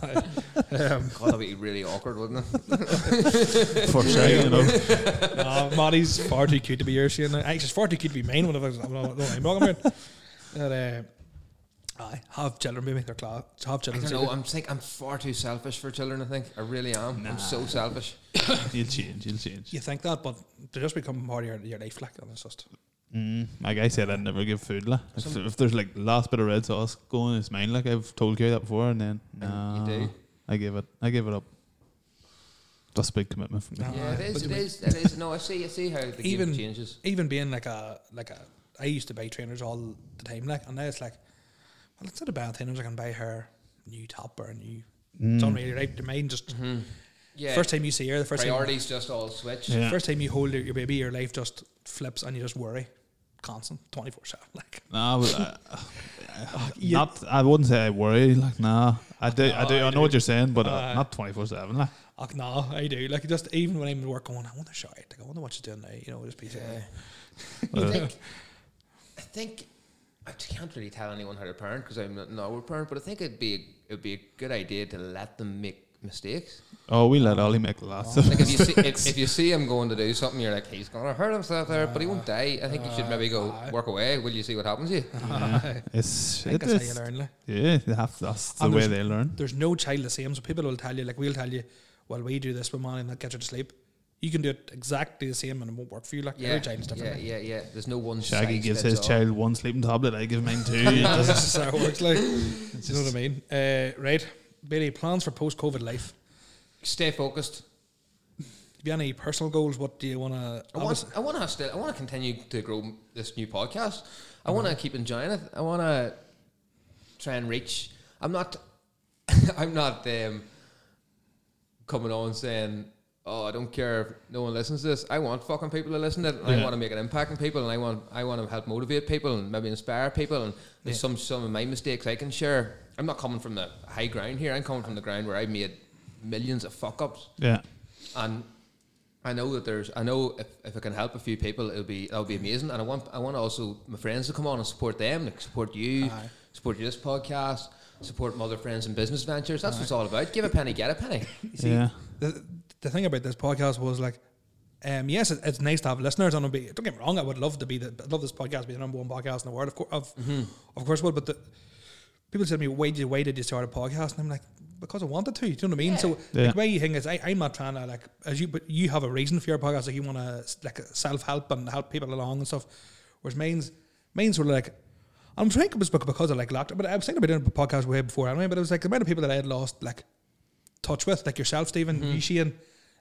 C: God, that'd be really awkward, wouldn't it?
B: first time, you know.
A: no, Maddie's far too cute to be yours. She and I actually she's far too cute to be mine. Whenever I'm not I'm talking about. But, uh, aye, have children, baby. They're class. Have
C: I
A: children.
C: don't know. I'm think I'm far too selfish for children. I think I really am. I'm so selfish.
B: You'll change. You'll change.
A: you think that, but they just become part of your, your life. Like, and it's just
B: Mm, like I said, I'd never give food. Like. If, if there's like last bit of red sauce going, it's mine. Like I've told you that before, and then
C: And
B: nah,
C: you do.
B: I give it. I give it up. That's a big commitment for me.
A: No.
C: Yeah,
A: Aye,
C: it is.
A: but
C: It
A: we-
C: is. It is. No, I see. I see how the
A: Even-
C: game changes.
A: even being like a like a I used to buy trainers all the time like and now it's like well it's not a bad thing I can buy her a new top or a new it's unreal right the mind just
C: Yeah.
A: first time you see her the first
C: priorities just all switch.
A: time
B: Yeah.
A: first time you hold your, your baby your life just flips and you just worry constant 24 7 (laughs) like
B: Nah,
A: (laughs)
B: but I, I-
A: yeah.
B: not. I wouldn't say I worry. Like nah, I do. I do.
A: Oh,
B: I know what you're saying, but uh,
A: Aye.
B: not twenty four seven. Like
A: Ach, oh, no, I do. Like just even when I'm at work, going, I wonder, shy. Like I wonder what she's doing now. You know, just be (laughs) saying,
C: I think, I think I can't really tell anyone how to parent because I'm not, not a parent, but I think it'd be a, it'd be a good idea to let them make mistakes.
B: oh, we let Ollie make lots
A: Oh.
B: of
C: Like if you see if, if you see him going to do something, you're like he's gonna hurt himself there, but he won't die. I think you should maybe go
A: Ah.
C: work away. Will you see what happens to you?
A: Uh-huh.
B: It's
A: I think
B: it
A: that's how
B: is-
A: you learn. Like.
B: Yeah, they have. That's the
A: And
B: way
A: there's-
B: they learn.
A: there's no child the same. So people will tell you, like we'll tell you, well, we do this with money and that gets you to sleep. You can do it exactly the same and it won't work for you. Like
C: Yeah,
A: every child is
C: yeah,
A: different. (laughs)
C: yeah, yeah. There's no one.
B: Shaggy
C: size
B: gives
C: fits
B: his
C: all.
B: child one sleeping tablet. I give
A: (laughs)
B: mine two. you know?
A: That's just how it works.
C: (laughs)
A: Like, do you know what I mean? Uh, right, Billy. Plans for post-COVID life.
C: Stay focused.
A: Have you any personal goals? What do you want
C: I want,
A: to?
C: I want to still, I want to continue to grow m- this new podcast. I want to keep enjoying it. I want to try and reach. (laughs) I'm not, I'm not um, coming on saying, oh, I don't care if no one listens to this. I want fucking people to listen to it, and I
B: Yeah.
C: want to make an impact on people, and I want I want to help motivate people and maybe inspire people. And there's
A: Yeah.
C: some some of my mistakes I can share. I'm not coming from the high ground here. I'm coming from the ground where I made millions of fuck ups,
B: Yeah.
C: and I know that there's. I know if, if I can help a few people, it'll be that'll be amazing. And I want I want also my friends to come on and support them, like support you,
A: Aye.
C: support this podcast, support my other friends and business ventures. That's what it's all about. Give a penny, get a
A: (laughs)
C: penny.
A: See,
B: Yeah.
A: the, the thing about this podcast was like, um, yes, it, it's nice to have listeners. And it'll be, don't get me wrong, I would love to be the, I'd love this podcast to be the number one podcast in the world. Of course, of,
B: Mm-hmm.
A: of course, would. But the, people said to me, why did you, why did you start a podcast? And I'm like, because I wanted to. Do you know what I mean? So
B: Yeah.
A: like, my thing is, I, I'm not trying to like, as you, but you have a reason for your podcast. Like you want to like self help and help people along and stuff. Whereas mine's, mine's were like. I'm trying to book because I like locked, but I was thinking about doing a podcast way before anyway. But it was like the amount of people that I had lost like touch with, like yourself, Stephen,
B: Mm-hmm.
A: you, Shane.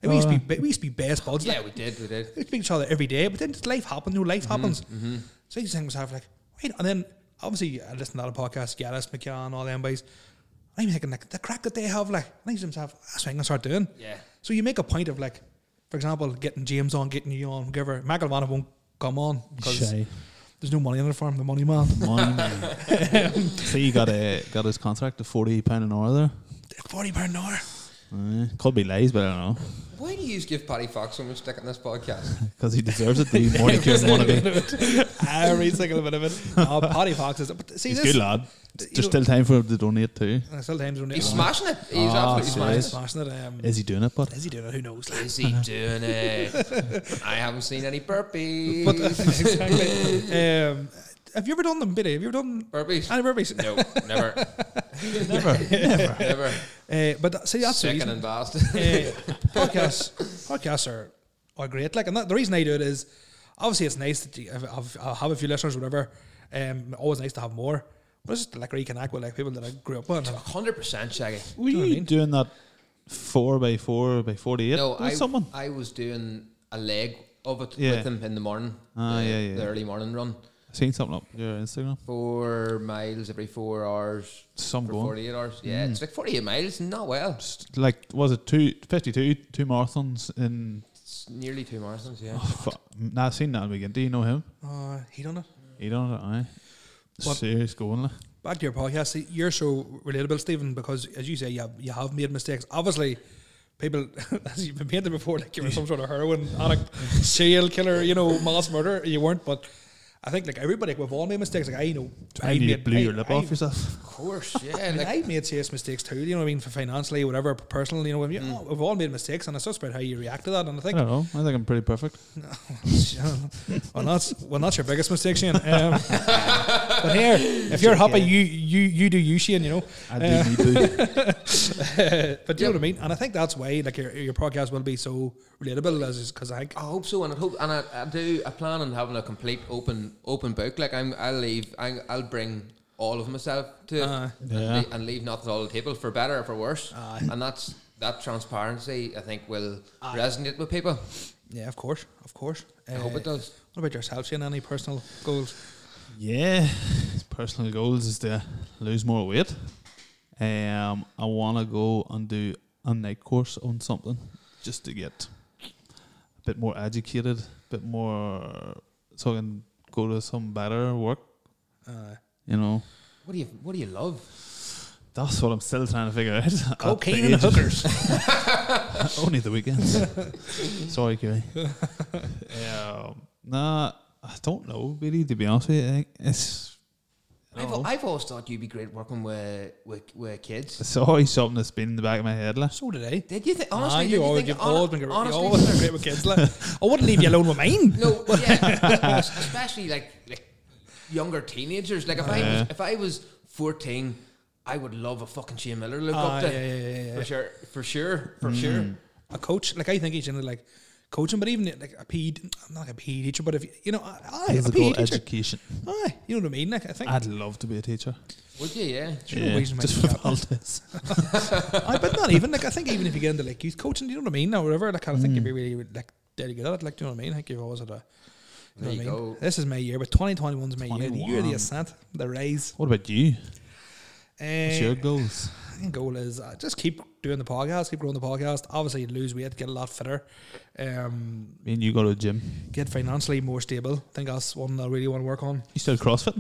A: And we used
B: Oh,
A: to be we used to be best buds.
C: yeah,
A: like,
C: we did, we did.
A: we speak to each other every day, but then just life happens. You know,
B: Mm-hmm,
A: life happens. So I just think to myself, like, wait, and then obviously I listen to a lot of podcasts, Gallus, McCann, all them boys. And I'm thinking, like, the crack that they have, like, and I think to myself, that's what I'm going to start doing.
C: Yeah.
A: So you make a point of, like, for example, getting James on, getting you on, whatever. McElvanna won't come on because
B: Shy.
A: there's no money in it for him, the money man.
B: One. See, he got a got his contract to forty pound an hour there.
A: 40 pound an
B: (laughs)
A: hour. (laughs)
B: Uh, could be lies, but I don't know
C: Why do you give Paddy Fox so much stick on this
A: (laughs)
C: podcast?
B: because he deserves it. (laughs) The more he doesn't want to be.
A: Every single bit of it.
B: (laughs)
A: Oh, Potty Fox is. But see,
B: He's
A: this,
B: good lad.
A: you
B: There's
A: know-
B: still time for him to donate too.
A: I still times when
C: He's smashing it. He's
B: Ah,
A: er
C: absolutely smashing
B: serious.
C: it.
A: smashing it. Um,
B: Is he doing it? But
A: is he doing it? Who knows? (laughs) like.
C: Is he doing it? I haven't seen any burpees.
A: But exactly. Um, have you ever done them, Biddy? Have you ever done (laughs)
C: burpees?
A: any burpees?
C: No,
A: (laughs)
C: never,
B: never.
C: never.
A: Uh, but that, see, that's the
C: Second
A: reason.
C: and (laughs) last.
A: Uh, podcasts, podcasts are, are great. Like, and that, the reason I do it is, obviously, it's nice that you have, have, I have a few listeners, whatever. Um, always nice to have more. But it's just to, like reconnect with like people that I grew up with.
C: Hundred percent, Shaggy.
B: Were
A: you know
B: you
A: what I mean?
B: doing that four by four by forty eight
C: No,
B: with
C: I,
B: someone?
C: I was doing a leg of it
B: Yeah.
C: with him in the morning.
B: Ah,
C: the,
B: yeah, yeah.
C: the early morning run.
B: seen something up your Instagram.
C: Four miles every four hours.
B: Some
C: for
B: going.
C: 48 hours. Yeah,
B: Mm.
C: it's like 48 miles. Not well.
B: Just Like was it two fifty two two marathons in?
C: It's nearly two marathons, yeah.
B: Oh, fuck. Nah, I seen that again. Do you know him?
A: Uh, he done it.
B: He done it. Aye.
A: What-
B: Serious going. like.
A: Back to your podcast, see, you're so relatable, Stephen, because as you say, you have, you have made mistakes. Obviously, people, (laughs) as you've made them before, like you were some sort of heroin
B: (laughs)
A: addict, serial killer, you know, mass murderer, you weren't. But I think, like everybody, we've all made mistakes. Like I know,
B: I knew you blew your lip off yourself.
C: Of course, yeah.
A: I,
B: (laughs)
C: like,
A: I made serious mistakes too. You know what I mean? For financially, whatever, personally, you know, we've,
B: Mm.
A: oh, we've all made mistakes, and it's just about how you react to that. And I
B: I
A: think,
B: don't know. I think I'm pretty perfect.
A: (laughs) well, that's well, that's your biggest mistake, Shane. Um, (laughs) but here, if you're happy, you you you do you, Shane. You know.
B: I do need (laughs) to.
A: Uh, but do you know what I mean? And I think that's why like your, your podcast will be so relatable as because I think
C: I hope so, and I hope, and I, I do. I plan on having a complete open open book. Like I'm, I'll leave. I, I'll bring all of myself to it
A: Aye.
C: and,
B: Yeah.
C: lea- and leave nothing on the table for better or for worse.
A: Uh-huh. Aye.
C: And that's that transparency. I think will resonate with people.
A: yeah, of course, of course.
C: I hope
A: Uh,
C: it does.
A: What about yourself? Seeing any personal goals?
B: yeah. His personal goals is to lose more weight. Um, I want to go and do a night course on something just to get a bit more educated, a bit more so I can go to some better work.
A: Uh,
B: You know,
C: What do you What do you love?
B: that's what I'm still trying to figure out. (laughs) at
A: cocaine
B: the
A: and
B: age of-
A: hookers.
B: (laughs) Only the weekends. Sorry, Kerry. um, nah, I don't know, really, to be honest with you. I think It's, I don't
C: I've,
B: know.
C: I've always thought you'd be great working with with, with kids.
B: it's always something that's been in the back of my head. Like.
A: so did I.
C: Did you think?
A: Ah,
C: Honestly, did
A: you always
C: think,
A: you've
C: hon-
A: always been great.
C: honestly,
A: you always been great with kids. Like, I wouldn't leave you alone with (laughs) mine.
C: No, yeah, especially like like younger teenagers. Like if I was,
B: Yeah.
C: if I was fourteen, I would love a fucking Shane Miller look
A: Ah,
C: up
A: yeah,
C: to
A: yeah, yeah, yeah, yeah.
C: for sure, for sure, for sure.
A: A coach, like I think he's in like coaching, but even like a PE, not like a PE teacher, but if you- you know, I, a PE
B: Physical
A: teacher.
B: education.
A: Aye, you know what I mean? Like I think.
B: I'd love to be a teacher.
C: Would you? Yeah.
A: Sure, ways you might
B: just
A: do
B: for
A: that.
B: Valdez.
A: I, but not even like I think even if you get into like youth coaching, you know what I mean, or whatever. Like I think you'd be really like dead good at it. Like do you know what I mean? I think you've always had a. You know
C: There
A: what I
C: you
A: mean?
C: go.
A: This is my year, but 2021's my year. The year of the
B: 21.
A: ascent, the rise.
B: What about you? What's
A: Eh.
B: your goals?
A: main goal is uh, just keep doing the podcast, keep growing the podcast. Obviously, lose weight, get a lot fitter, um,
B: Me and you go to the gym.
A: get financially more stable. I think that's one I really want to work on.
B: You still CrossFit?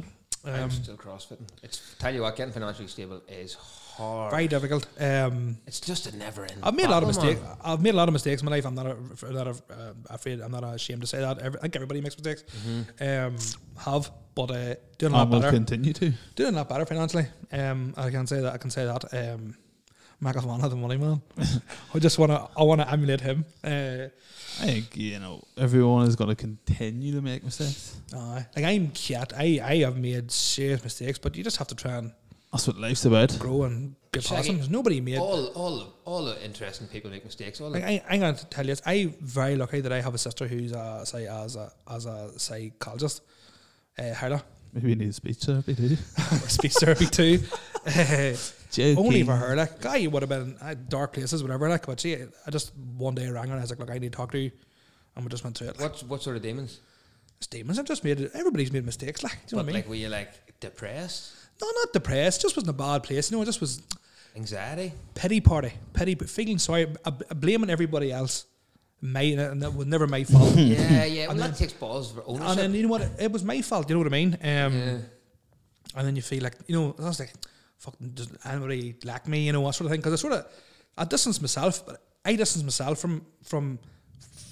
A: Um,
C: I'm still crossfitting. It's tell you what, getting financially stable is hard.
A: very difficult. Um,
C: It's just a never end.
A: I've made a lot of
C: oh
A: mistakes. I've made a lot of mistakes in my life. I'm not a, not a, uh, afraid. I'm not ashamed to say that. Every, I think everybody makes mistakes. Um, have, but uh, doing a lot
B: And we'll
A: better.
B: continue to.
A: doing a lot better financially. Um, I can say that. I can say that. Um, McAlvana, the money man. I just wanna. I wanna emulate him. Uh,
B: I think, you know, everyone is going to continue to make mistakes.
A: Aye. like I'm cat. I, I have made serious mistakes, but you just have to try and
B: That's what life's about.
A: grow and get
C: Shaggy. Oh,
A: past them. 'Cause Nobody made.
C: All, all, all the interesting people make mistakes. All
A: Like
C: the,
A: I, I'm gonna tell you, this. I'm very lucky that I have a sister who's a say as a as a psychologist, uh, (laughs) Hella,
B: Maybe you need speech
A: (laughs)
B: therapy too.
A: speech therapy too. Uh,
B: Joking.
A: Only for her, like, guy, you would have been uh, dark places, whatever, like. But she, I just one day rang her and I was like, "Look, I need to talk to you," and we just went through it. Like,
C: what, what sort of demons?
A: statements I've just made. Everybody's made mistakes, like, do you
C: But,
A: know what I mean?
C: Like, were you like depressed,
A: no, not depressed. Just wasn't a bad place. You know, it just was (laughs)
C: anxiety?
A: pity party, pity, feeling sorry, uh, blaming everybody else. My, and that was never my fault.
C: yeah, yeah. Well, that takes balls for ownership.
A: and then you know what? It was my fault. You know what I mean? Um,
C: yeah.
A: And then you feel like you know, I was like, fucking, does anybody like me? You know, that sort of thing. Because I sort of, I distance myself, but I distance myself from from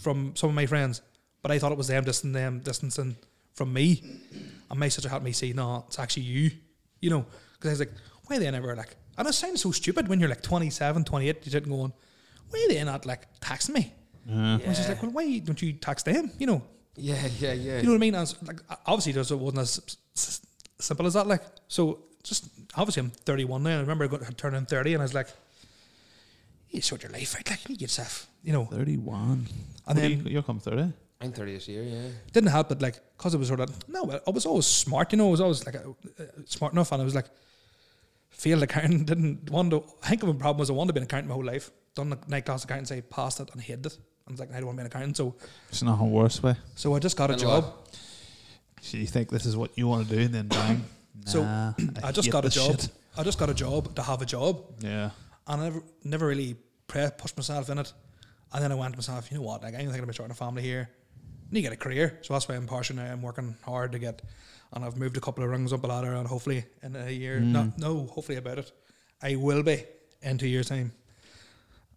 A: from some of my friends. But I thought it was them distancing them distancing from me. And my sister helped me see, no, it's actually you. You know, because I was like, why they never like? And it sounds so stupid when you're like 27, 28, you're sitting going, why they not like tax me?
B: Yeah.
A: And she's like, well, why don't you tax them? You know,
C: yeah, yeah, yeah.
A: you know what I mean? As like obviously, there's, it wasn't as s- s- simple as that. Like so, just obviously, I'm 31 now. and I remember I got turning 30, and I was like, "You sort your life out, like you get yourself, you know."
B: 31.
A: And
B: And
A: then-
B: then you, eh? are coming 30.
C: I'm 30 this year. Yeah.
A: Didn't help, but like, cause it was sort of no, I was always smart, you know. I was always like uh, uh, smart enough, and I was like, failed accounting. (laughs) Didn't want to. I think my problem was I wanted to be an accountant my whole life. Done the night class accounting, say passed it and hated it. I was like, I don't want to be an accountant, so
B: It's not a worse way.
A: so I just got a
C: And
A: job.
C: what?
B: So you think this is what you want to do,
A: (coughs)
B: and then bang.
A: So,
B: Nah,
A: (clears throat) I just
B: hate
A: got a
B: this
A: job.
B: shit.
A: I just got a job to have a job.
B: Yeah.
A: and I never, never really pre- pushed myself in it. And then I went to myself, you know what, like I'm thinking about starting a family here. And you get a career. So that's why I'm partial now. I'm working hard to get, and I've moved a couple of rungs up a ladder, and hopefully in a year, not, no, hopefully about it, I will be in two years' time.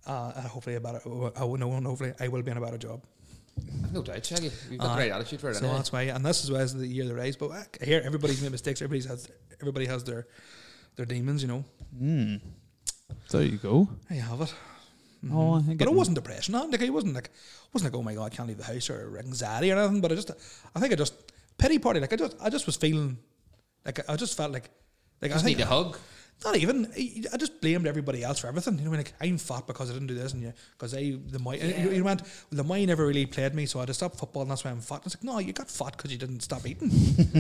A: Uh, and hopefully about it, I will know, and hopefully I will be in a better job.
C: I've no doubt, Shaggy. You've got
A: Aye.
C: the right attitude for it.
A: So
C: anyway.
A: that's why, and this is why it's the year of the rise. But I hear everybody's made mistakes. Everybody's has, everybody has their, their demons. You know,
B: Mm. There you go.
A: there you have it.
B: Oh, I think
A: But it wasn't depression. I like it wasn't like it wasn't like oh my god, I can't leave the house or anxiety or anything. But I just I think I just pity party. Like I just I just was feeling like I just felt like like
C: just
A: I think
C: need a hug.
A: not even I just blamed everybody else for everything. You know, like I'm fat because I didn't do this and yeah, because I the my you, you went well, the my never really played me, so I had to stop football and that's why I'm fat. And it's like no, you got fat because you didn't stop eating.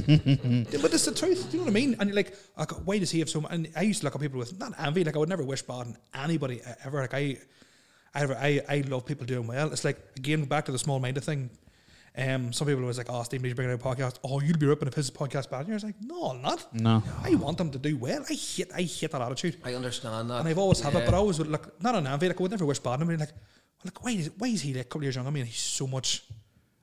A: Yeah, but it's the truth. Do you know what I mean? And you're like, like why does he have so? mu- And I used to look at people with not envy. Like I would never wish bad on anybody e- ever. Like I, I, I, I love people doing well. It's like again back to the small minded thing. Um, some people was like, "Oh, Steve, you're bringing out a podcast. Oh, you'll be ripping if his podcast bad." And I was like, "No, I'm not.
B: No.
A: I want them to do well. I hate, I hate that attitude."
C: I understand that.
A: And I've always had it,
C: Yeah.
A: but I always would look not on envy. Like I would never wish bad on him. Like, well, like why is why is he like a couple of years younger? than me and he's so much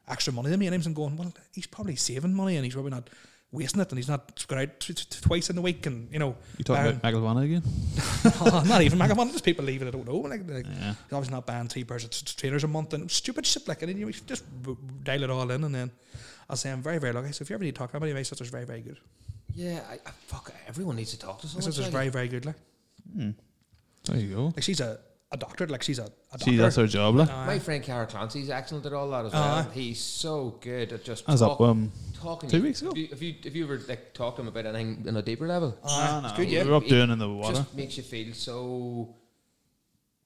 A: extra money than me. And I'm just going, well, he's probably saving money and he's probably not wasting it, and he's not going out t- t- t- twice in the week. And you know,
B: You talking about Michael Vanna again?
A: about (laughs) not even like, one of those people leaving. I don't know. Like, like
B: Yeah.
A: he's obviously not buying three pairs of t- trainers a month and stupid shit like. And then you just b- dial it all in, and then I say I'm very very lucky. So if you ever need to talk to anybody, my sister's very very good.
C: Yeah, I, I, fuck. Everyone needs to talk to
A: My
C: someone.
A: sister's
C: Shaggy.
A: very very good. Like,
B: There you go.
A: like she's a, a doctor. Like she's a, a doctor.
B: See, that's our job, like.
C: My friend Cara Clancy's excellent at all that as
A: Aye.
C: well. He's so good at just
B: I was up um,
C: talking.
B: two weeks ago.
C: Have you, have you have you ever like talked to him about anything on a deeper level?
A: Aye,
B: Ah, no,
A: Ah, it's good, yeah.
B: We were up
C: It
B: doing in the water.
C: Just makes you feel so.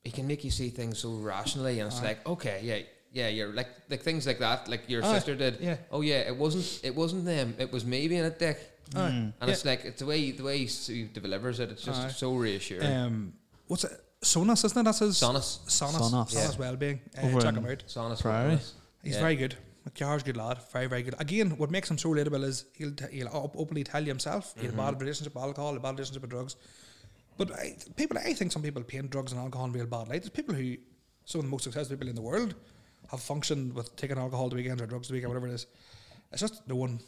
C: He can make you see things so rationally, and it's like, okay, yeah, yeah, you're like like things like that, like your
A: Aye,
C: sister did.
A: yeah.
C: Oh yeah, it wasn't it wasn't them. It was me being a dick.
B: Mm.
A: Aye.
C: And it's like it's the way the way he delivers it. It's just
A: Aye.
C: so reassuring.
A: um, what's it? Sonas, isn't it? That's his
C: Sonus.
A: Sonas.
B: Sonas.
A: Sonas,
B: Yeah.
A: Wellbeing. Uh,
B: Over
A: check
B: in-
A: him out.
C: Sonus
B: Priory.
C: Willis.
A: He's
C: Yeah.
A: very good. McGar's good lad. Very, very good. Again, what makes him so relatable is he'll, t- he'll op- openly tell you himself. He had a bad relationship with alcohol, a bad relationship with drugs. But I, people, I think some people paint drugs and alcohol in real bad light. There's people who, some of the most successful people in the world, have functioned with taking alcohol the weekends or drugs the weekend, whatever it is. It's just the one.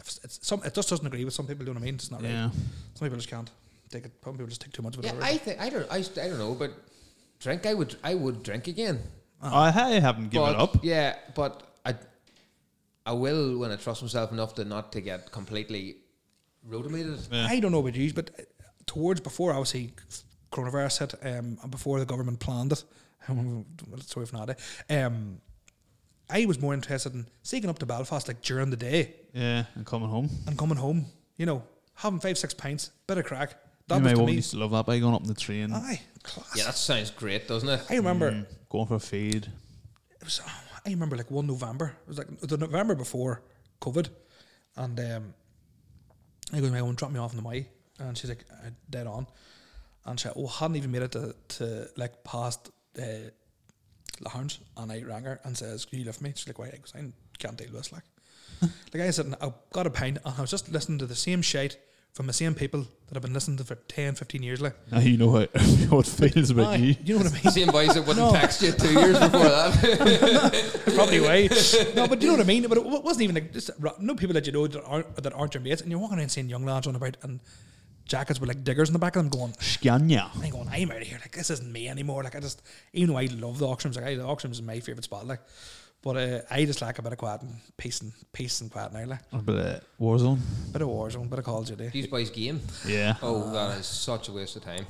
A: It's, it's some. It just doesn't agree with some people. Do you know what I mean? It's not right.
B: Yeah.
A: Some people just can't take it. Some people just take too much of it.
C: Yeah,
A: already.
C: I think I don't. I, st- I don't know, but drink. I would. I would drink again.
B: Oh, I I haven't given
C: but,
B: it up.
C: Yeah, but I, I will when I trust myself enough to not to get completely rotomated.
A: I don't know about you, but uh, towards before obviously coronavirus hit, um, and before the government planned it, (laughs) sorry if not, eh, um, I was more interested in sneaking up to Belfast like during the day
B: Yeah, and coming home.
A: and coming home. You know, having five six pints, bit of crack.
B: Me
A: That
B: and
A: was
B: my
A: to
B: woman
A: me.
B: used to love that by going up in the train,
A: Aye, class.
C: Yeah, that sounds great, doesn't it?
A: I remember.
B: going for a feed.
A: it was oh, I remember like one November. It was like the November before COVID, and um, I go to my own, drop me off in the May, and she's like uh, dead on, and she oh hadn't even made it to, to like past uh, Laharns, and I rang her and says, "Can you lift me?" She's like, "Why?" I goes, "I can't deal with this." Like, like I said, I got a pint, and I was just listening to the same shit from the same people that I've been listening to for 10, 15 years. Like,
B: Now you know how, (laughs) you know how it feels about
A: Aye,
B: you.
A: you know (laughs) what I mean?
C: Same boys that wouldn't
A: No.
C: text you two years
A: (laughs)
C: before that.
A: probably way. No, but you know what I mean. But it wa- wasn't even like just ra- no people that you know that aren't that aren't your mates, and you're walking around seeing young lads on about and jackets with like diggers in the back of them, going.
B: Scania.
A: I'm going. I'm out of here. Like this isn't me anymore. Like I just, even though I love the auctions, like I, the auctions is my favorite spot. Like, but uh, I just like a bit of quiet and peace and peace and quiet now. Like
B: A bit of Warzone.
A: bit of Warzone, bit of Call of Duty.
C: These boys game.
B: Yeah,
C: Oh, that is such a waste of time.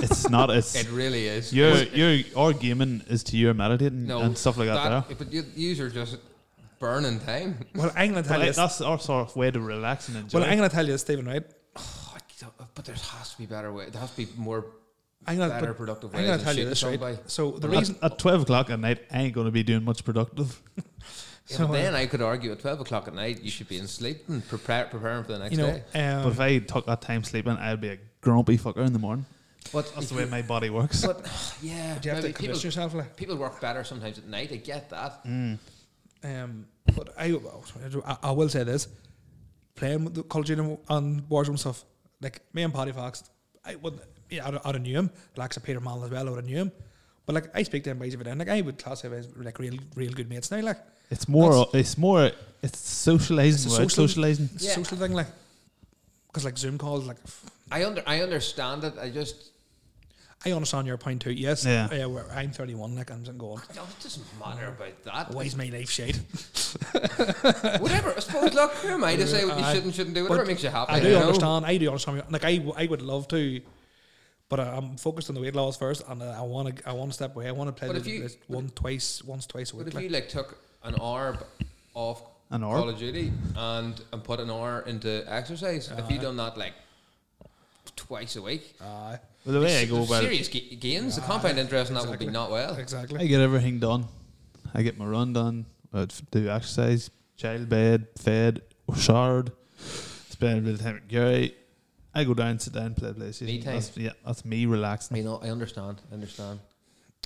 B: it's not. It's
C: (laughs) It really is.
B: your your our gaming is to your meditating
C: no
B: and stuff like that. there.
C: But you, yous are just burning time.
A: Well, I'm gonna tell
B: Well,
A: you. This,
B: that's our sort of way to relax and enjoy.
A: well, I'm gonna tell you, this, Stephen. Right?
C: Oh, I don't- but there has to be better way. There has to be more.
A: I'm gonna.
C: Better
A: but
C: productive
A: I'm
C: ways
A: gonna
C: of
A: tell you this.
C: shooting
A: Right?
C: somebody.
A: So the
B: at,
A: reason.
B: at twelve o'clock at night, I ain't going to be doing much productive.
C: Yeah,
A: uh,
C: but then I could argue at twelve o'clock at night you should be in sleep and prepare, preparing for the next
A: You know,
C: day.
A: um,
B: but if I took that time sleeping, I'd be a grumpy fucker in the morning.
C: But
B: That's the way my body works.
C: But (sighs)
A: do uh, you
C: yeah,
A: have to
C: maybe people,
A: convince yourself. Mm. Like,
C: people work better sometimes at night. I get that.
A: Um, but I, I, I will say this: playing with the Call of Duty and Warzone stuff, like me and Paddy Fox, I would, yeah, I'd, I'd have knew him. Likes of Peter Mallon as well, I'd have knew him. But like, I speak to him by every day. and, Like, I would classify him as like real, real good mates now. Like,
B: it's more. It's more. It's socializing.
A: It's a
B: without
A: social-
B: socializing.
A: it's
C: Yeah.
A: a social thing, like, because like Zoom calls, like, f-
C: I under I understand it. I just
A: I understand your point too. Yes,
B: Yeah.
A: yeah. where I'm 31, like, I'm just going.
C: no, it doesn't matter about that.
A: Why is my life shade?
C: Whatever. I suppose. Look, who am I
A: (laughs)
C: to say what you
A: Aye.
C: should and shouldn't do? Whatever makes you happy.
A: I do
C: you know?
A: understand. I do understand. Like I, w- I would love to, but I, I'm focused on the weight loss first, and uh, I want to. I want to step away. I want to play
C: But
A: the,
C: if you-
A: this one twice, once twice a
C: But
A: week.
C: if
A: Like,
C: you like took an hour b- off
B: An hour?
C: Call of Duty and and put an hour into exercise, if you done that like twice a week, (laughs)
A: Aye,
B: Well, the way I go
C: there's
B: about it,
C: serious ga- gains. the compound interest in that would
A: exactly.
C: be not well.
A: exactly.
B: I get everything done. I get my run done. I f- do exercise, child bed, fed, showered, spend a bit of time with Gary. I go down, sit down, play PlayStation.
C: Me time.
B: That's, yeah, that's me relaxing.
C: You know, I understand. I understand.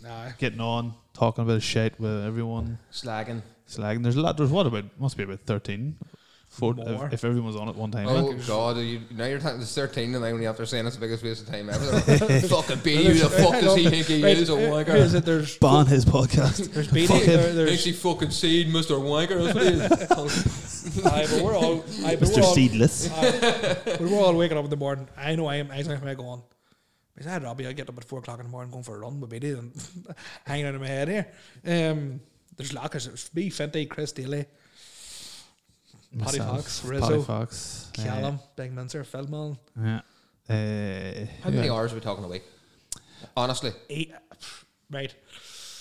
A: Aye.
B: getting on, talking about shit with everyone,
C: Slagging.
B: slagging. There's a lot. There's what about must be about 13, 14,
A: More.
B: if, if everyone's on at one time.
C: Oh God! Are you, now you're talking to thirteen, and I only after saying it's the biggest waste of time
A: (laughs)
C: ever. fucking beat you. The fuck does he think he
A: Right,
C: is Oh a
A: here-
C: wanker?
A: here's it, There's
B: Ban
A: (laughs)
B: his podcast.
C: (laughs)
A: there's BD,
B: Fuck him.
A: there,
C: Thinks
A: there's
C: he fucking seed Mr. Wanker. That's what he
A: (laughs)
C: is.
A: aye, but we're all aye, but we're
B: Mr.
A: all,
B: Seedless.
A: aye, but we're all waking up in the morning. I know I am. I'm going. going. Because I had Robbie, I get up at four o'clock in the morning, going for a run with BD and (laughs) hanging out of my head here. Um, there's lockers. It's me, Fenty, Chris Daly. Paddy
B: Myself,
A: Fox,
B: Paddy
A: Rizzo,
B: Fox. uh,
A: Callum, Big Mincer, Feldman.
B: Yeah. Uh,
C: How many hours are we talking a week? Honestly,
A: Eight, right,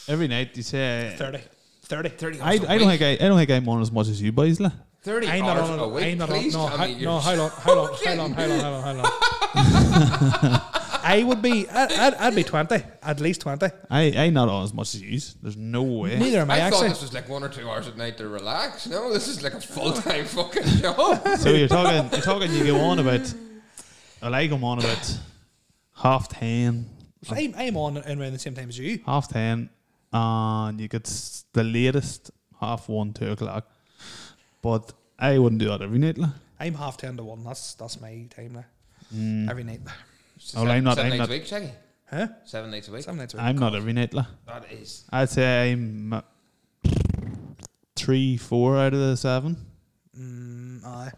B: Every night you say.
A: 30. 30.
C: thirty.
B: I,
C: Hours a
B: I don't
C: week.
B: think I, I don't think I'm on as much as you boys. lah.
C: thirty
A: I'm not
C: hours
A: on
C: a
A: it.
C: week.
A: I'm not on
C: Please
A: No,
C: tell
A: hi,
C: me
A: no,
C: you're
A: hold on, hold on, hold on, hold on, hold on, hold on. (laughs) I would be, I'd, I'd, I'd be 20, at least 20.
B: I I'm not on as much as you. There's no way.
A: Neither am I,
C: I thought
A: actually.
C: this was like one or two hours at night to relax. No, this is like a full time (laughs) fucking job.
B: So you're talking, you're talking, you go on about, well, I go on about half ten,
A: I'm, I'm on and around the same time as you.
B: half ten, and you get s- the latest half one, two o'clock. But I wouldn't do that every night. lah.
C: Mm.
A: I'm half 10 to 1. That's that's my time now. Every night.
B: Oh, I'm not-
C: Seven
B: I'm
C: nights
B: not-
C: a week, Shaggy.
A: Huh?
C: Seven nights a week.
A: Some nights are
B: I'm not every night, lah.
C: That is
B: I'd say I'm uh, three, four out of the seven.
A: Mm, aye.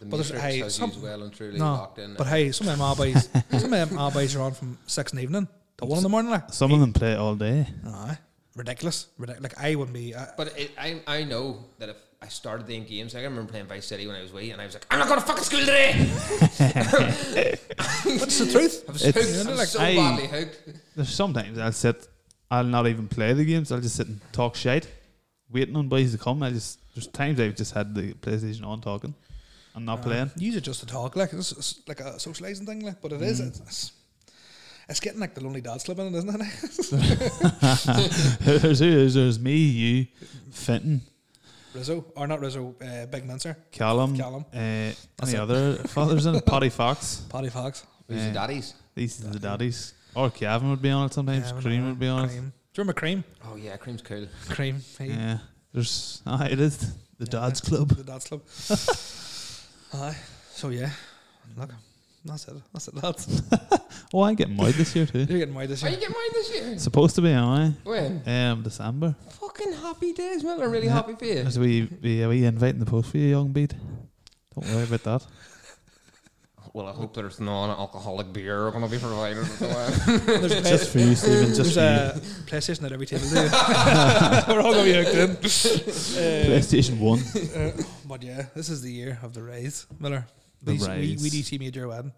C: the
A: But there's-
C: matrix
A: hey,
C: has
A: some-
C: used well and truly
A: No,
C: locked in.
A: But hey, some of them albies, some of them albies are on from six in the evening to one in the morning. Like,
B: Some of them play all day.
A: aye, ridiculous. Ridic- like I wouldn't
B: (laughs)
A: be. Uh,
C: But it, I, I know that if I started the games, like I remember playing Vice City when I was wee, and I was like, I'm not going to fucking school today.
A: what's the truth?
C: I was (laughs)
B: It's-
C: hooked. I was
B: Like,
C: so
B: I-
C: badly hooked.
B: There's sometimes I'll sit, I'll not even play the games. I'll just sit and talk shit, waiting on boys to come. I just there's times I've just had the PlayStation on talking, and
A: Uh-huh.
B: not
A: (laughs)
B: playing.
A: Use it just to talk, like it's, it's like a socializing thing, like. But it
B: Mm.
A: is. It's, it's, it's getting like the lonely dad slip in it, (laughs) isn't it?
B: there's, there's there's me, you, Fenton,
A: Rizzo or not Rizzo? Uh, Big Mincer,
B: Callum,
A: Callum.
B: uh, any other fathers in it? Potty Fox.
A: Paddy Fox.
C: Who's
B: Yeah.
C: the daddies?
B: These are the daddies. Or Kevin would be on it sometimes.
A: Yeah,
B: Cream would be on it.
A: Cream. Do you remember Cream?
C: Oh, yeah, Cream's cool.
A: Cream. Hey.
B: Yeah, there's (laughs) ah, it is the
A: Yeah,
B: dad's
A: that's
B: club.
A: The dad's
B: (laughs)
A: club. aye. So yeah, look, that's it. That's it. That's
B: Oh, I'm getting married this year too.
A: (laughs) you're getting wide this
C: Are you
A: year.
C: getting married this year?
B: Supposed to be, am
C: When?
B: I? Um, December.
C: Fucking happy days, man. I'm really
B: Yeah.
C: happy for you.
B: There's a wee, wee, a wee invite in the post for you, young bead. Don't worry about that.
C: Well, I hope there's non-alcoholic beer going to be provided. (laughs)
A: There's a
B: Just for you, Stephen. Just
A: There's
B: for you.
A: a PlayStation at every table. do you?
B: (laughs)
A: We're all gonna be hooked in. Uh,
B: PlayStation One.
A: uh, but yeah, this is the year of the rise, Miller.
B: The
A: These- we,
B: rise.
A: we do see major
B: (laughs)
A: wedding.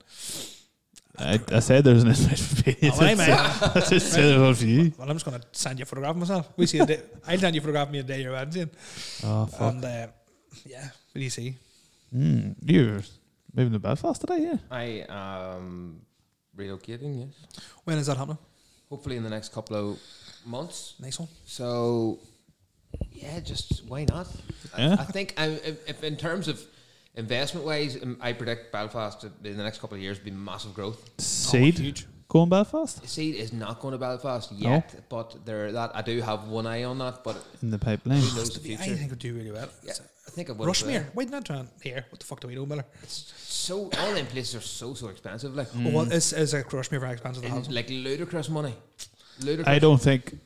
B: I, I said there's an invite for me.
A: Oh, aye, mate.
B: I (laughs) just said it was for you.
A: Well, I'm just gonna send you a photograph of myself. We see a day. (laughs) I'll send you a photograph of me a day your wedding, Ian.
B: Oh fuck.
A: and uh, yeah, what do you see?
B: Mm, you're moving to Belfast today, yeah?
C: I um relocating, yes.
A: When is that happening?
C: Hopefully in the next couple of months.
A: Nice one.
C: So, yeah, just why not?
B: Yeah.
C: I, I think I, if, if in terms of investment wise, um, I predict Belfast to be in the next couple of years be massive growth.
B: Seed.
A: huge.
B: Going Belfast
C: Seed is not going to Belfast yet, but there that I do have one eye on that. But
B: in the pipeline.
C: who knows
A: I
C: the
A: think
C: future?
A: it'll do really well.
C: Yeah, I think I will. as well.
A: Rushmere. Why didn't I turn here? What the fuck do we know, Miller?
C: It's so all them places are so so expensive. Like
B: Mm.
C: oh,
A: Oh, well, it's, it's like Rushmere very expensive to
C: and
A: have.
C: like ludicrous money. Ludicrous.
B: I don't think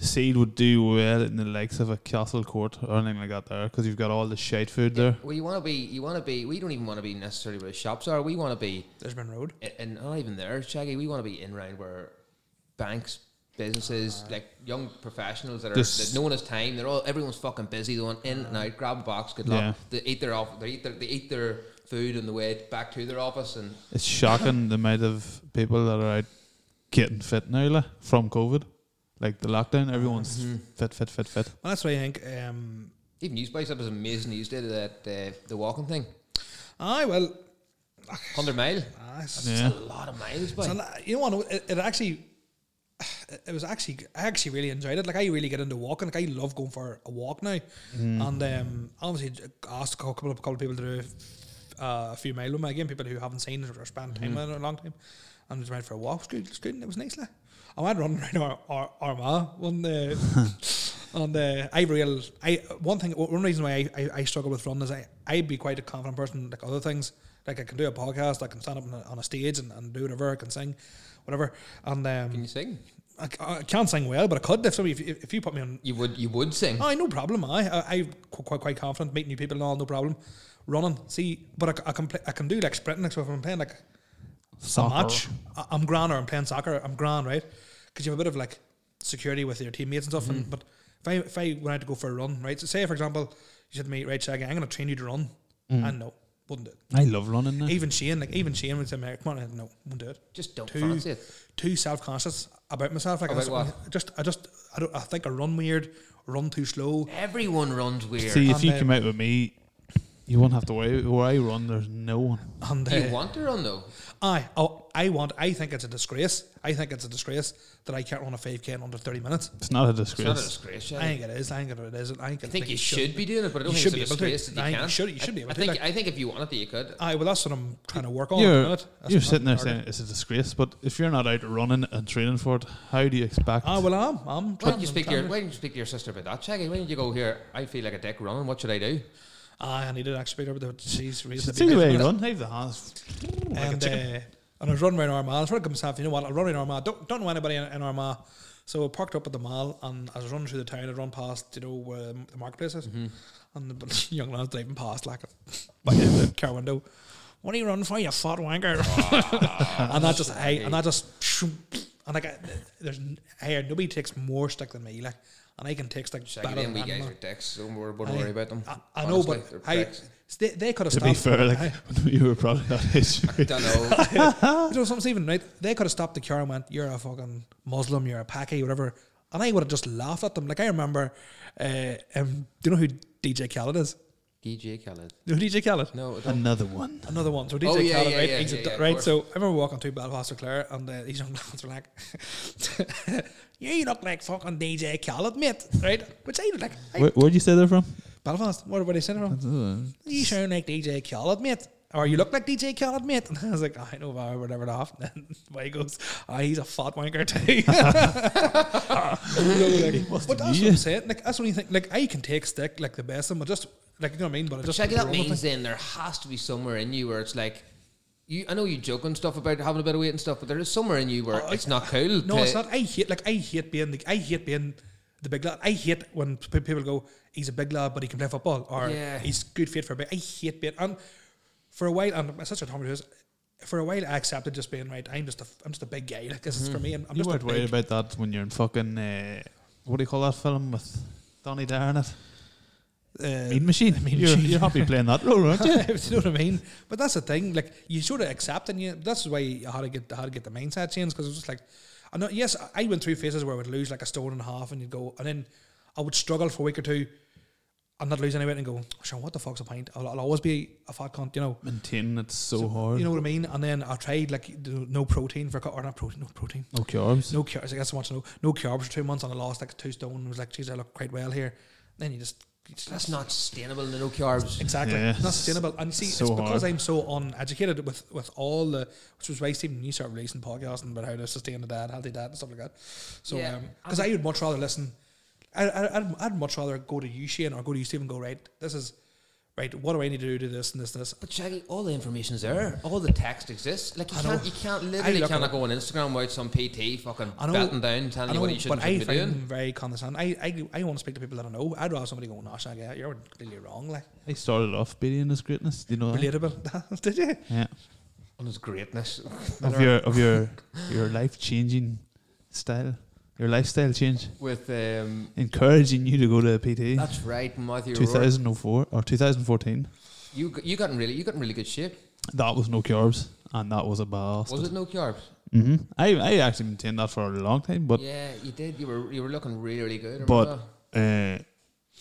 B: Seed would do well in the likes of a Castle Court or anything like that there because you've got all the shite food there.
C: Well, you want to be. You want to be. We don't even want to be necessarily where the shops are. We want to be,
A: There's been road.
C: i- and not even there, Shaggy. We want to be in round where banks,
A: Uh-huh.
C: businesses, like young professionals that are
B: This-
C: that no one has time. They're all everyone's fucking busy. They want in and
A: Uh-huh.
C: out, grab a box, good luck.
B: Yeah.
C: They eat their off. They eat their. They eat their food on the way back to their office, and
B: It's shocking the amount of people that are out getting fit now like, from COVID. Like the lockdown, everyone's fit, fit, fit, fit.
A: Well, that's why I think. Um,
C: even you spice up was amazing news day that uh, the walking thing,
A: aye, well,
C: hundred mile.
A: aye, it's-
B: Yeah.
C: That's a lot of miles, but
A: So like, you know what? It, it actually, it was actually, I actually really enjoyed it. Like I really get into walking. Like I love going for a walk now. And um, obviously, j- asked a cou- couple of couple of people to do uh, a few mile with me again. People who haven't seen it or spent time in it in a long time, and just went for a walk. It was good. It was good. And it was nice. Like. I went running around Ar- Ar- Armagh one day. And uh, I real I one thing one reason why I, I, I struggle with running is I I'd be quite a confident person like other things like I can do a podcast I can stand up on a, on a stage and, and do whatever I can sing whatever and
C: can
A: um,
C: you sing?
A: I, c- I can't sing well but I could if somebody if, you- if you put me on
C: You would. You would sing.
A: I no problem I I I'm qu- quite quite confident meeting new people and all no problem running see but I, c- I can play, I can do like sprinting like so if I'm playing like
B: Soccer.
A: a match. I- I'm grand or I'm playing soccer. I'm grand, right? Because you have a bit of like security with your teammates and stuff. And, but if I if I went out to go for a run, right? So say for example, you said to me, right, Shaggy, I'm going to train you to run, and no, wouldn't do it.
B: I love running now.
A: Even Shane, like even Shane would say, "Mate, come on, no, wouldn't do it.
C: Just don't
A: Two-
C: fancy it.
A: Too self conscious about myself. Like
C: About
A: I
C: what?
A: just, I just, I don't. I think I run weird, run too slow.
C: Everyone runs weird.
B: See, if
A: And,
B: you
A: uh,
B: come out with me, you won't have to worry. Where I run, there's no one.
A: And
C: Do you
A: uh,
C: want to run though?
A: I, oh, I want. I think it's a disgrace. I think it's a disgrace that I can't run a five k in under thirty minutes.
B: It's not a
C: It's not a
B: disgrace.
C: disgrace.
A: I
C: I,
A: think it is. I think it is. I think, it
C: I think you should be doing it, but I don't
A: You
C: think
A: should
C: it's
A: be
C: a
A: able to.
C: disgrace that you
A: I think
C: can.
A: you should- you should be able
C: I
A: to,
C: think, Oh,
A: like-
C: I think if you wanted it, you could.
A: Aye, well, that's what I'm trying to work on. at the
B: You're,
A: minute. That's
B: you're
A: what
B: sitting there
A: I'm
B: saying
A: targeting.
B: it's a disgrace, but if you're not out running and training for it, how do you expect?
A: Ah, well, I'm. I'm trying
C: Why don't
A: to
C: you speak to your
A: understand
C: Why don't you speak to your sister about that, Shaggy? Why don't you go here? I feel like a dick running. What should I do?
A: Ah, it. Aye, I needed actually speak over the disease
B: Just
A: reason.
B: see the way you run. Have the hands.
A: And uh, And I was running around Armagh. I was trying to myself, you know what, I'll run around Armagh. Don't, don't know anybody in, in Armagh. So I parked up at the mall and I was running through the town. I'd run past, you know, where the marketplace is.
B: Mm-hmm.
A: And the (laughs) bunch of young lads driving past, like, (laughs) by the car window. What are you running for, you fat wanker? (laughs) and that just, I, and that just, (laughs) and like, I, there's, hey, nobody takes more stick than me, like, and I can take stick
C: Check
A: better
C: it in,
A: than
C: we guys
A: anyone.
C: are dicks, so we wouldn't
A: Aye.
C: worry about them.
A: I, I know,
C: Honestly,
A: but
C: they're
A: I,
C: pricks.
A: they, they could have
B: To
A: stopped.
B: be fair, like
A: I,
B: when (laughs) you were probably that age,
C: I don't
A: (laughs)
C: know.
A: you know, something's even right. They could have stopped the car and went, "You're a fucking Muslim. You're a Paki, whatever," and I would have just laughed at them. Like I remember, uh, um, do you know who DJ Khaled is?
C: DJ Khaled.
A: Do you know who DJ Khaled?
C: No, I don't.
B: another one.
A: Another one. So DJ
C: Oh, yeah,
A: Khaled,
C: yeah,
A: right?
C: yeah,
A: He's a
C: yeah,
A: d-
C: yeah, of
A: right.
C: course.
A: So I remember walking through Belfast or Clare, and uh, these young (laughs) lads were like, "You look like fucking DJ Khaled, mate," right? Which I like. I,
B: Where, where'd you say they're from?
A: Belfast. What were they saying? From? you sound like DJ Khaled, mate. Or you look like DJ Khaled, mate. (laughs) And I was like, I know about whatever the half. (laughs) And then Mike goes, ah, he's a fat wanker too. (laughs) You know, like, but that's what
B: yeah.
A: I'm saying. Like that's what you think. Like I can take stick like the best of them, but just like you know what I mean. But I just
C: Check it out
A: roll with
C: means then there has to be somewhere in you where it's like, you. I know you joke and stuff about having a bit of weight and stuff, but there is somewhere in you where
A: Oh,
C: it's not cool.
A: No,
C: to-
A: it's not. I hate like I hate being the I hate being the big lad. I hate when p- people go, he's a big lad, but he can play football, or
C: Yeah.
A: he's good fit for a bit. I hate being and for a while. And it's such a time it is. For a while, I accepted just being right. I'm just a I'm just a big guy. Like this is for me. I'm, I'm
B: You
A: just a
B: weren't
A: big.
B: worried about that when you're in fucking uh, what do you call that film with Donnie Dare in it?
A: Uh,
B: Mean Machine.
A: Mean
B: you're,
A: Machine.
B: you're happy playing that role,
A: (laughs)
B: aren't (laughs) you?
A: you know what I mean? But that's the thing. Like you sort of accept, and you that's why you had to get how to get the mindset changed because it was just like, I know. Yes, I went through phases where I would lose like a stone and a half, and you'd go, and then I would struggle for a week or two, and not lose any weight, and go, Sean, what the fuck's a pint? I'll, I'll always be a fat cunt, you know.
B: Maintaining it's so, hard.
A: You know what I mean? And then I tried like d- no protein for a cou- or not protein, no protein,
B: no carbs.
A: no carbs. I guess I want to know no carbs for two months, and I lost like two stone. and was like, geez, I look quite well here. Then you just, you just
C: That's not sustainable. No carbs.
A: Exactly.
B: Yeah.
A: Not sustainable. And see,
B: So
A: it's because
B: hard.
A: I'm so uneducated with, with all the, which was why Stephen, you started releasing podcasts and about how to sustain a diet, healthy diet and stuff like that. So,
C: Yeah.
A: because I would much rather listen, I, I, I'd, I'd much rather go to you, Shane, or go to you, Stephen, and go, right, this is, right, what do I need to do to this and this and this?
C: But Shaggy, all the information's there. All the text exists. Like you
A: I know.
C: can't, you can't literally
A: look at
C: cannot
A: it.
C: go on Instagram without some PT fucking
A: I know-
C: batting down, telling
A: I
C: you
A: know,
C: what you should
A: but
C: and
A: I
C: shouldn't be
A: find them
C: doing.
A: very condescending. I, I, I want to speak to people that I know. I'd rather somebody go, no, Shaggy, you're completely wrong. Like,
B: I started off beating his greatness. Do you know that?
A: relatable. (laughs) Did you?
B: Yeah.
C: On his greatness. (laughs)
B: Of your of your your life changing style. Your lifestyle change.
C: With um,
B: Encouraging you to go to a PT.
C: (laughs) that's right, Matthew.
B: two
C: O'Rourke.
B: thousand four or two thousand fourteen.
C: You g- you got in really you got in really good shape.
B: That was no carbs and that was a bastard.
C: Was it no carbs?
B: hmm I, I actually maintained that for a long time, but
C: yeah, you did. You were you were looking really really good.
B: but
C: remember?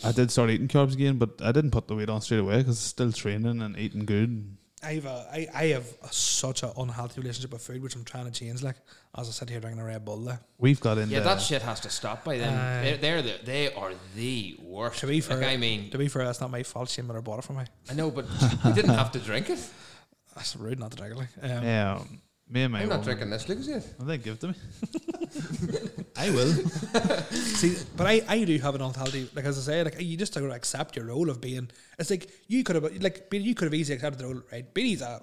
B: uh, I did start eating carbs again, but I didn't put the weight on straight away because still training and eating good.
A: I have a, I, I have a, such an unhealthy relationship with food, which I'm trying to change. Like as I sit here drinking a Red Bull, there.
B: We've got into
C: yeah, that shit has to stop by then.
A: Aye.
C: they're they're the, they are the worst.
A: To be fair,
C: like, I mean,
A: to be fair, that's not my fault. Shane Miller bought it for me.
C: I know, but (laughs) you didn't have to drink it.
A: That's rude not to drink it. Like. Um,
B: yeah, um, me and my
C: I'm not
B: woman-
C: drinking this. Look at it.
B: Well, They give it to me. I will.
A: (laughs)
B: (laughs)
A: See, but I, I do have an unhealthy. Like as I say, like you just have to accept your role of being. It's like you could have like Beatty, you could have easily accepted the role, right? Beatty's a,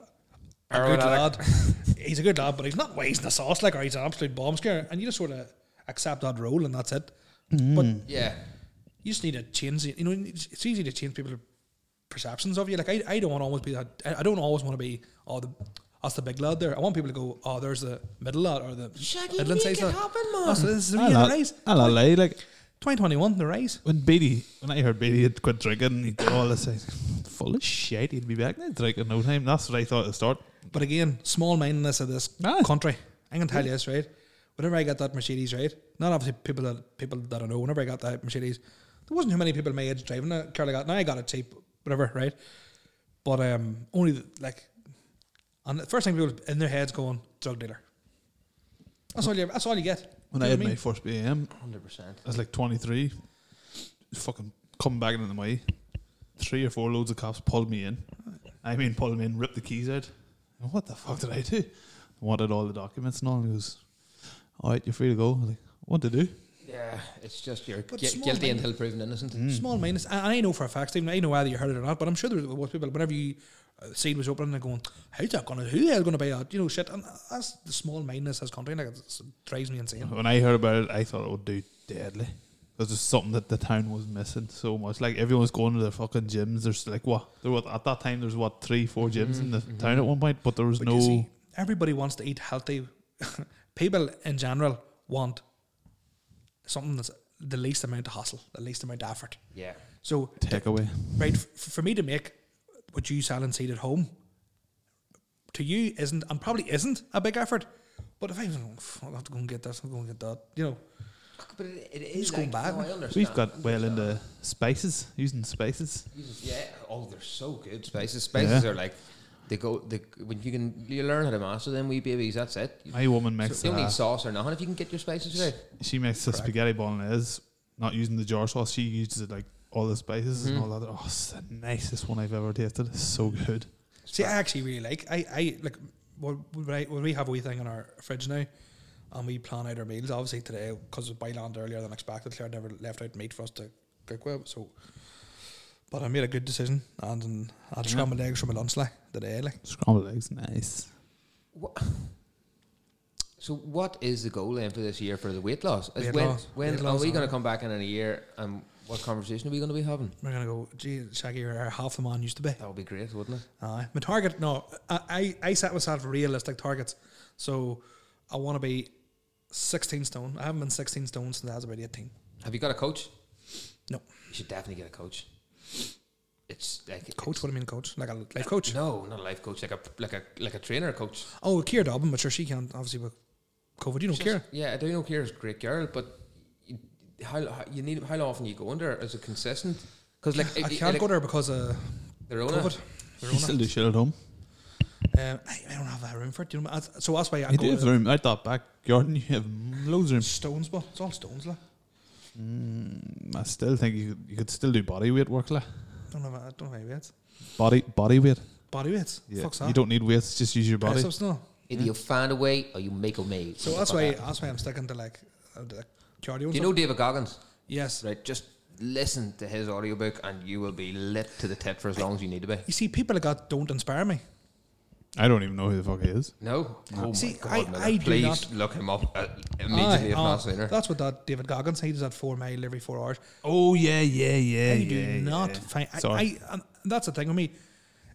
A: a good
C: Heroin
A: lad. (laughs)
C: addict.
A: he's a good lad, but he's not wasting the sauce. Like or he's an absolute bomb scare, and you just sort of accept that role, and that's it. But
C: Yeah,
A: you just need to change it. You know, it's it's easy to change people's perceptions of you. Like I, I don't want to always be that. I I don't always want to be oh the that's the big lad there. I want people to go oh there's the middle lad or the
D: Shaggy,
A: middle
D: make
A: size
D: it
A: lad."
D: happen,
A: That's- this is the
B: I'll
A: real
B: not-
A: rise.
B: I'll not lie. Like
A: 2021, the rise.
B: when Beatty, when I heard Beatty had quit drinking, he did all this. I was full of shit. He'd be back now drinking no time. That's what I thought at the start.
A: But again, small mindedness of this
B: Aye.
A: country. I'm gonna tell you this right. Whenever I got that Mercedes right, not obviously people that people that I know. Whenever I got that Mercedes, there wasn't too many people my age driving a car like that. Now I got it cheap, whatever, right? But um, only the, like, and the first thing people in their heads going drug dealer. That's all you. That's all you get.
B: When
A: Do
B: I
A: you
B: had
A: know what
B: my first BM,
C: hundred percent.
B: I was like 23. Fucking coming back into the way. Three or four loads of cops pulled me in. I mean, pulled me in, ripped the keys out. And what the fuck did I do? Wanted all the documents and all. And he goes, All right, you're free to go. I was like, What to do?
C: Yeah, it's just you're
A: But
C: gu-
A: small
C: guilty
A: mind-
C: until proven innocent.
A: Small minus. I, I know for a fact, Stephen. I know whether you heard it or not, but I'm sure there was people. Whenever you uh, seed was opening and going, how's that gonna? Who the hell gonna buy that? You know, shit. And that's the small mindness as country. Like it's- it drives me insane.
B: When I heard about it, I thought it would do deadly. Because there's something that the town was missing so much. Like everyone's going to their fucking gyms. There's like what there was at that time. There's what three, four gyms in the town at one point, but there was
A: Mm-hmm, But
B: no.
A: you see, everybody wants to eat healthy. (laughs) People in general want something that's the least amount of hassle, the least amount of effort.
C: Yeah.
A: So
B: takeaway.
A: right f- for me to make what you sell and seed at home to you isn't and probably isn't a big effort but if I was going "Pff, I'll have to go and get this I'll go and get that you know
C: But it, it is.
A: Just going
C: like,
A: bad.
C: no, I understand.
B: We've got well into spices using spices.
C: You just- Yeah. Oh, they're so good. Spices. Spices
B: Yeah.
C: are like they go. They, when you can, you learn how to master them. We babies. That's it. You
B: My woman makes
C: don't
B: a-
C: need sauce or nothing if you can get your spices right.
B: she makes a spaghetti bolognese, not using the jar sauce. She uses like all the spices and
A: Mm-hmm.
B: all that. Oh, it's the nicest one I've ever tasted. It's so good.
A: see I actually really like I, I like when I, when we have a wee thing in our fridge now and we plan out our meals obviously today because of byland earlier than expected Claire never left out meat for us to cook with so but I made a good decision and, and I had scrambled eggs for my lunch like today like
B: Scrambled eggs, nice.
C: Wha- So what is the goal then for this year for the weight loss? Is
A: Weight
C: when
A: loss.
C: when
A: Weight
C: are
A: loss,
C: we going
A: alright.
C: to come back in, in a year and what conversation are we going to be having?
A: we're gonna go gee Shaggy you're half the man used to be
C: That would be great, wouldn't it?
A: Aye. My target, no, I, I, I set myself realistic targets. So I want to be 16 stone. I haven't been 16 stone since I was about 18.
C: Have you got a coach?
A: No.
C: You should definitely get a coach. It's like
A: Coach,
C: it's-
A: what do you mean, coach? Like a life coach?
C: No, not a life coach, like a like a like a trainer coach.
A: Oh, Kira Dobbin, but sure, she can't, obviously, with COVID. You know, Kira.
C: Yeah, I do know Kira's a great girl, but you, how, how you need how often you go under as a consistent? Because like
A: I can't go there because of
C: their own. (laughs)
A: COVID.
B: You still do shit at home.
A: Um, I, I don't have that room for it. You know, that's- so that's why I
B: you
A: go
B: do
A: to
B: have room. I thought back garden. You have loads of room.
A: stones, but it's all stones. Like.
B: Mm, I still think you could, you could still do body weight work, like
A: Don't have, I don't have any weights.
B: body body weight.
A: Body weights. Fuck's that.
B: you don't need weights. Just use your body.
A: Biceps, no.
C: Either you find a way or you make a way.
A: So that's why, that's why I'm sticking to like, uh, like cardio. and
C: Do you know
A: stuff.
C: David Goggins?
A: Yes.
C: Right, just listen to his audiobook and you will be lit to the tit for as long as you need to be.
A: You see, people like that don't inspire me.
B: I don't even know who the fuck he is.
C: No? Oh
A: See,
C: my God,
A: I-
C: Miller,
A: I do
C: please
A: not-
C: look him up uh, immediately if
A: Aye,
C: not
A: uh,
C: sooner.
A: That's what that David Goggins he does that four mile every four hours.
B: Oh yeah, yeah, yeah.
A: I do not find. I,
B: Sorry.
A: I and that's the thing with me.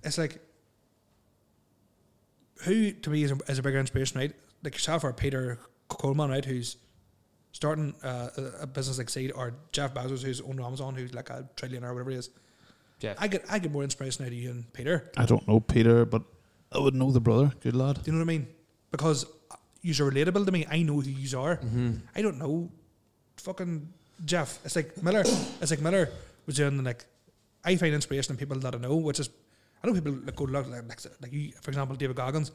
A: It's like who to me is a, is a bigger inspiration, right? Like yourself or Peter Coleman, right? Who's starting uh, a- a business like Seed or Jeff Bezos, who's owned Amazon, who's like a trillionaire or whatever it is.
C: Jeff.
A: I get I get more inspiration out of you and Peter.
B: I don't know Peter, but I would know the brother. Good lad.
A: Do you know what I mean? Because you're relatable to me. I know who you are.
C: Mm-hmm.
A: I don't know fucking Jeff. It's like Miller. it's like Miller was doing the, like. I find inspiration in people that I know, which is I know people that go to look like like, like you, for example, David Goggins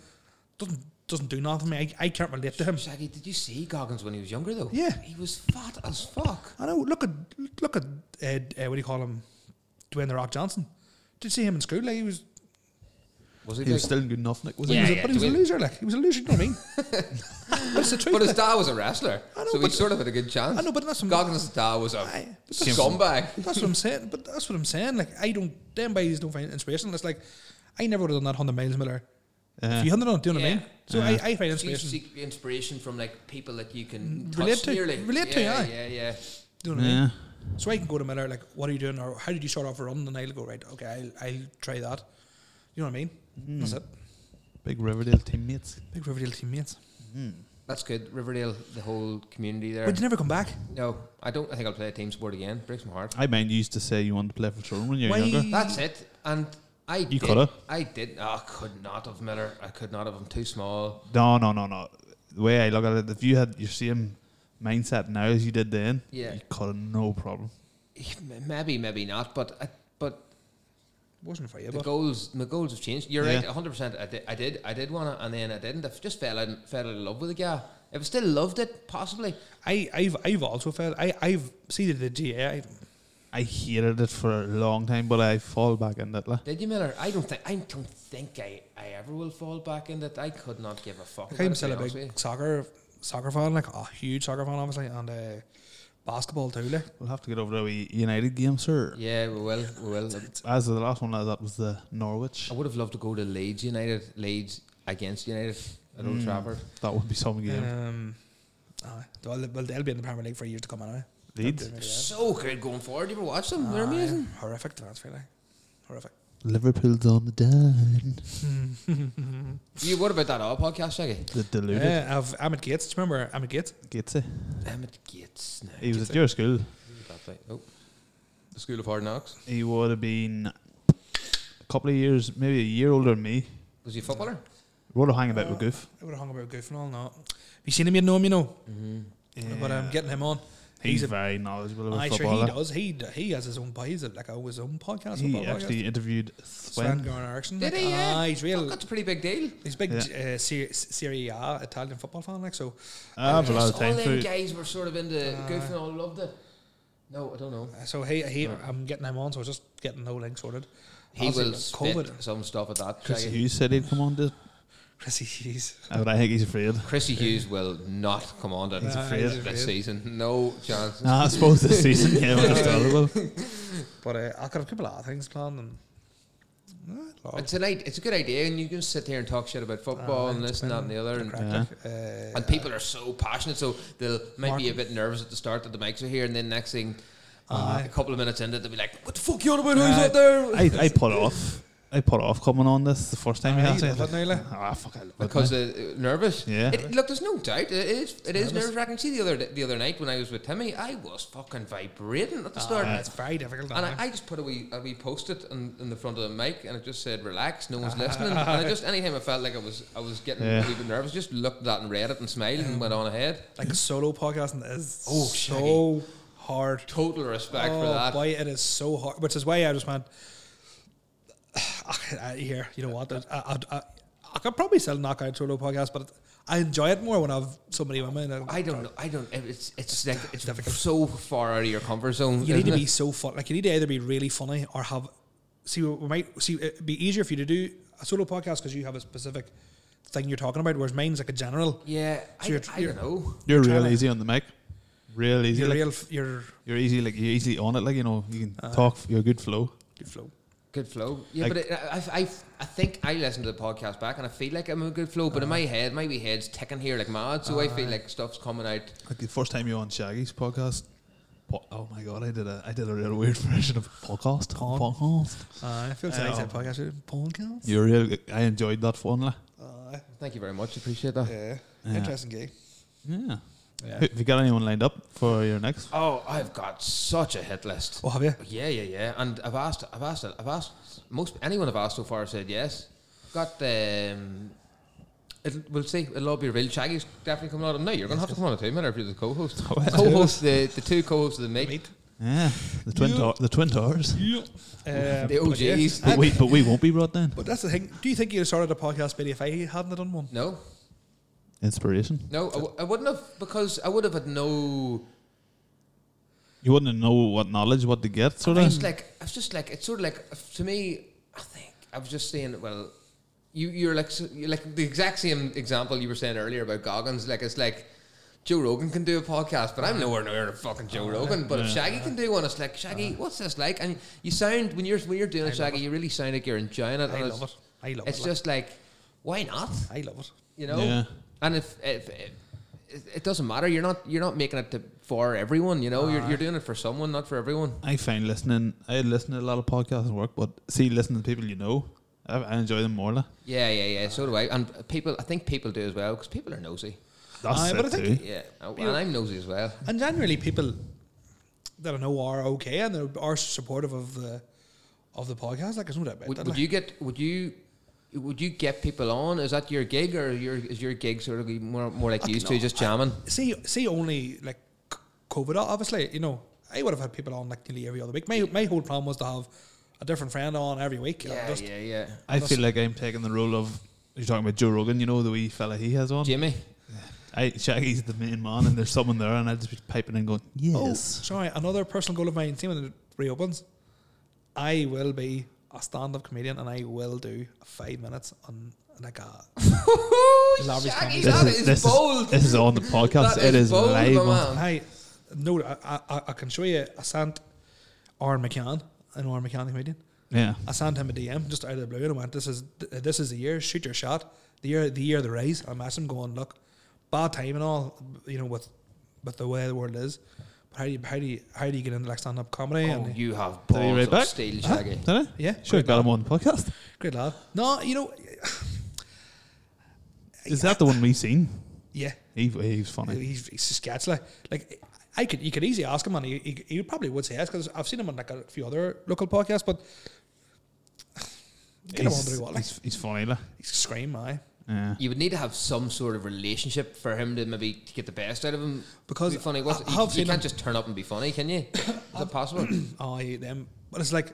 A: doesn't doesn't do nothing. to me. I, I can't relate to him.
C: Shaggy, did you see Goggins when he was younger though?
A: Yeah.
C: He was fat as fuck.
A: I know. Look at look at uh, uh, what do you call him, Dwayne the Rock Johnson. Did you see him in school? Like he was,
C: Was he,
B: He was
C: big?
B: still good enough, Nick, was
A: he
C: Yeah,
A: was
B: he?
A: a, but he was a
C: Dwayne.
A: loser. Like he was a loser. You know what I mean? but it's the truth.
C: But his
A: like.
C: dad was a wrestler.
A: I know,
C: so he
A: but-
C: sort of had a good chance.
A: I know, but that's some-
C: Goggins' dad was a
A: Aye, but that's-
C: scumbag.
A: That's what I'm saying. But that's what I'm saying. Like I don't them guys don't find inspiration. It's like I never would have done that hundred miles Miller.
B: Yeah.
A: If you hundred on, do you know what I
C: Yeah.
A: mean? So
B: Yeah.
A: I, I find
C: So you
A: inspiration.
C: seek inspiration from like people that you can touch
A: Relate to-
C: nearly.
A: relate
C: yeah,
A: to, aye.
C: Yeah, yeah.
A: Do you know what I mean? So I can go to Miller like, what are you doing, or how did you start off a run? And I'll go right. Okay, I'll, I'll try that. You know what I mean?
B: Mm.
A: That's it.
B: Big Riverdale teammates.
A: Big Riverdale teammates.
C: That's good. Riverdale, the whole community there.
A: Would you never come back?
C: No, I don't think I'll play a team sport again. Breaks my heart.
B: I mind you used to say you wanted to play for Tyrone when you were
A: Why-
B: younger.
C: That's it. And I did.
B: coulda.
C: I did. Oh, I could not have Miller. I could not have. I'm too small.
B: No, no, no, no. The way I look at it, if you had your same mindset now as you did then,
C: Yeah.
B: you could have no problem.
C: Maybe, maybe not. But I, but
A: Wasn't for you,
C: the
A: but
C: goals, my goals have changed. You're right,
B: Yeah.
C: 100. percent I did, I did, I did want to, and then I didn't. I just fell out, fell out of love with the guy. If I still loved it, possibly.
A: I, I've, I've also felt I, I've seen the GA. I,
B: I hated it for a long time, but I fall back in it. Like.
C: Did you, Miller? I don't think. I don't think I, I ever will fall back in that. I could not give a fuck.
A: Like
C: about it,
A: I'm
C: to
A: still
C: be
A: a
C: honest with you.
A: big soccer soccer fan, like a huge soccer fan, obviously. And uh, basketball too. Like.
B: We'll have to get over to a wee United game, sir.
C: Yeah, we will. We will.
B: As the last one, that was the Norwich.
C: I would have loved to go to Leeds United. Leeds against United at Old
B: Mm.
C: Trafford.
B: That would be some game.
A: Um, aye. well, they'll, they'll be in the Premier League for years to come anyway.
B: Leeds,
A: They'll do
C: They're
A: really
C: so good going forward. You ever watch them?
A: well.
C: They're
A: Aye.
C: amazing.
A: Horrific transfer, like. horrific.
B: Liverpool's on the down.
C: You, what about that all podcast, Shaggy?
B: The deluded
A: Yeah, I've Ahmed Gates. Do you remember Ahmed Gates?
B: gets it.
C: Emmett Gates. No,
B: He was at your school.
C: that way. Oh. The School of Hard Knocks.
B: He would have been a couple of years, maybe a year older than me.
C: Was he a footballer?
B: Would have hung about with
A: Uh,
B: Goof.
A: I would have hung about goofing all night. You seen him? You know him? You know.
C: Mm-hmm.
A: But I'm
B: Yeah.
A: getting him on.
B: he's,
A: he's a-
B: very knowledgeable about
A: I sure
B: football.
A: he does. He d- he has his own. po- He's a, like a, his own podcast.
B: He
A: football
B: actually
A: podcast.
B: interviewed
A: Sven
B: Sven.
A: Goran Eriksson.
C: Did
A: like,
C: he? Yeah.
A: aye, he's real.
C: That's a pretty big deal.
A: He's big
B: Yeah.
A: uh, Serie, Serie A Italian football fan, like so.
B: I have a lot of
C: all
B: time for
C: them
B: it.
C: guys were sort of into
A: Aye.
C: goofing all loved it. No, I don't know.
A: So he, he
C: Right.
A: I'm getting him on, so just getting the whole thing sorted.
C: He
A: Obviously,
C: will spit
A: COVID.
C: some stuff at that.
B: Chris
C: Shaggy.
B: Hughes said he'd come on to it,
A: Chrissy Hughes.
B: but I think he's afraid.
C: Chrissy Hughes will not come on to
B: He's
A: Aye,
B: afraid.
A: he's
C: this season. No chance.
B: Nah, I suppose this season, yeah, it's terrible.
A: But uh, I've got a couple of other things planned. And, uh,
C: It's an id- It's a good idea, and you can sit here and talk shit about
B: Ah,
C: football and this and that and the other. And,
A: uh,
C: and people are so passionate, so they'll might be a bit nervous at the start that the mics are here, and then next thing, uh,
A: Aye.
C: a couple of minutes into, it, they'll be like, "What the fuck you on about?
A: Aye.
C: Who's out there?"
B: Ah. I, I put off. I put off coming on this the first time we
A: Aye,
B: had
A: you love it now, like.
B: it. Ah, fuck, I love it
C: because
B: now.
A: eh,
C: they're nervous.
B: Yeah.
C: It, look, there's no doubt. It is. It is
A: nervous.
C: nerve wracking. See the other the other night when I was with Timmy, I was fucking vibrating
A: Ah,
C: at the start.
B: Aye.
A: it's very difficult.
C: And
A: aye.
C: I, I just put a wee, a wee post-it in, in the front of the mic, and it just said,
A: (laughs)
C: "Relax, no one's listening." And I just, anytime I felt like I was, I was getting
B: Yeah.
C: a wee bit nervous, just looked at that and read it and smiled and went on ahead.
A: like solo podcasting is
C: Oh,
A: so hard.
C: Total respect for
A: Oh,
C: that.
A: Boy, it is so hard. Which is why I just went. (sighs) I, here, you know what? I, I, I, I could probably still knock out solo podcast, but I enjoy it more when I've somebody with me. and
C: I don't know. I don't. It's it's like it's
A: difficult.
C: so far out of your comfort zone.
A: you need to (laughs)
C: isn't
A: be
C: it?
A: so fun. Like you need to either be really funny or have. See, we might see it'd be easier for you to do a solo podcast because you have a specific thing you're talking about, whereas mine's like a general.
C: Yeah, I,
A: So you're-
C: I
A: you're-
C: don't know.
B: You're
A: trying
B: real
A: to-
B: easy on the mic. Real easy.
A: You're
B: like,
A: real. f- You're
B: You're easy, like you're easily on it. Like you know, you can talk. You're a good flow.
A: you flow.
C: Good flow. Yeah,
B: Like-
C: but it, I, I, I think I listen to the podcast back and I feel like I'm in good flow, but in my head, my wee head's ticking here like mad, so I feel like stuff's coming out.
B: Like the first time you were on Shaggy's podcast. po- Oh my god, I did a I did a real weird (laughs) version of podcast.
A: Pon-
B: Podcast.
A: Uh, I feel like
B: I know.
A: that podcast podcast.
B: You're real. good. I enjoyed that one. Like.
A: Uh,
C: Thank you very much. Appreciate that.
A: yeah.
B: Yeah.
A: interesting gig.
B: Yeah.
A: Yeah.
B: Who- Have you got anyone lined up for your next?
C: Oh, I've got such a hit list.
A: Oh, have you?
C: Yeah, yeah, yeah. And I've asked, I've asked, I've asked most anyone I've asked so far said yes. Got the. Um, it, we'll see. It'll all be real. Shaggy's definitely coming on. No, you're gonna have to come on it too, man. If you're the (laughs) co-host,
B: Oh, yeah.
C: co-host, the, the two co-hosts of the meet,
A: Meet.
B: Yeah, the twin
A: You-
B: tower, the twin towers.
A: Um,
C: the
A: but yeah.
C: OGs.
B: But we, but we won't be brought down.
A: But that's the thing. Do you think you'd have started a podcast, Billy, if I hadn't have done one?
C: No,
B: Inspiration.
C: no, I, w- I wouldn't have because I would have had no.
B: You wouldn't know what knowledge, what to get, sort
C: I
B: of.
C: was like, I was just like, it's sort of like to me. I think I was just saying, well, you you're like s- you're like the exact same example you were saying earlier about Goggins. Like it's like Joe Rogan can do a podcast, but I'm nowhere near a fucking
A: Oh,
C: Joe Rogan. But if
B: Yeah.
C: Shaggy can do one, it's like Shaggy, what's this like? And you sound when you're when you're doing
A: Uh-huh. I love
C: it, Shaggy,
A: it.
C: you really sound like you're enjoying it.
A: I
C: and
A: love
C: it's,
A: it. I love
C: It's
A: it.
C: just like, why not?
A: I love it.
C: You know.
B: Yeah.
C: And if, if, if it- it doesn't matter, you're not you're not making it to, for everyone. You know, you're, you're doing it for someone, not for everyone.
B: I find listening. I listen to a lot of podcasts at work, but see, listening to people you know, I, I enjoy them more. Like.
C: Yeah, yeah, yeah. So do I. And people, I think people do as well because people are nosy.
B: That's
A: Aye,
B: it
A: but I think-
B: too.
C: Yeah, Oh, and I'm nosy as well.
A: And generally, people that I know are okay and they are supportive of the of the podcast. Like, there's no doubt about
C: Would,
A: that.
C: would
A: like.
C: you get? Would you? Would you get people on? Is that your gig, or your is your gig sort of more more like you used to, just jamming?
A: see, see, only like c- COVID, obviously, you know, I would have had people on like nearly every other week. My, my whole plan was to have a different friend on every week. and
C: Yeah,
A: just-
C: yeah, yeah.
B: I feel like I'm taking the role of you're talking about Joe Rogan, you know the wee fella he has on.
C: Jimmy,
B: I Shaggy's the main man, and there's someone there, and I just be piping in going,
A: Oh,
B: yes.
A: sorry, another personal goal of mine, see when it reopens, I will be a stand up comedian and I will do five minutes on like a Lavish
C: Shaggy,
A: company.
C: that
B: is,
C: is
B: this,
C: bold.
B: Is, this is on the podcast.
C: That
B: it
C: is
B: is
C: bold,
B: live.
C: my
B: on-
C: man.
A: I No, I, I, I can show you. I sent Aaron McCann, an Aaron McCann comedian.
B: Yeah.
A: I sent him a DM just out of the blue, and I went, "This is th- this is the year. Shoot your shot. The year, the year of the rise." I messaged him going, "Look, bad time and all, you know, with with the way the world is. But how do you how do you, how do you get into like stand up comedy?"
C: Oh,
A: and
C: you have
B: Did he
C: balls
B: write
C: of
B: back?
C: steel,
B: Huh?
C: Shaggy.
B: Did I?
A: Yeah,
B: Should have got
A: great
B: him on the podcast.
A: great lad. No, you know,
B: Is that the one we seen?
A: yeah,
B: He, he's funny.
A: he's, he's just gets like like. I could, you could easily ask him, and he, he, he probably would say yes because I've seen him on like a few other local podcasts. But (sighs) get him on
B: He's,
A: the wall, like,
B: he's, he's funny, like.
A: scream, aye.
B: Yeah.
C: You would need to have some sort of relationship for him to maybe to get the best out of him.
A: Because
C: be funny,
A: I-
C: what's-
A: I
C: you,
A: have
C: you
A: seen
C: can't
A: him-
C: just turn up and be funny,
A: (coughs)
C: can you? Is that possible?
A: Oh, I them, but it's like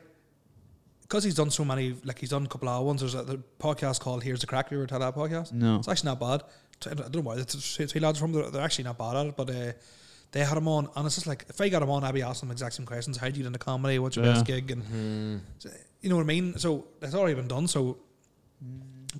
A: because he's done so many, like he's done a couple of ones. There's a the podcast called "Here's the Crack." Have you ever heard that podcast?
B: No.
A: it's actually not bad. T- I don't know why it's three lads from. They're, they're actually not bad at it, but uh, they had him on, and it's just like if I got him on, I'd be asking him exact same questions: How do you do in the comedy? What's your
B: Yeah.
A: best gig? And so, you know what I mean. So that's already been done. So,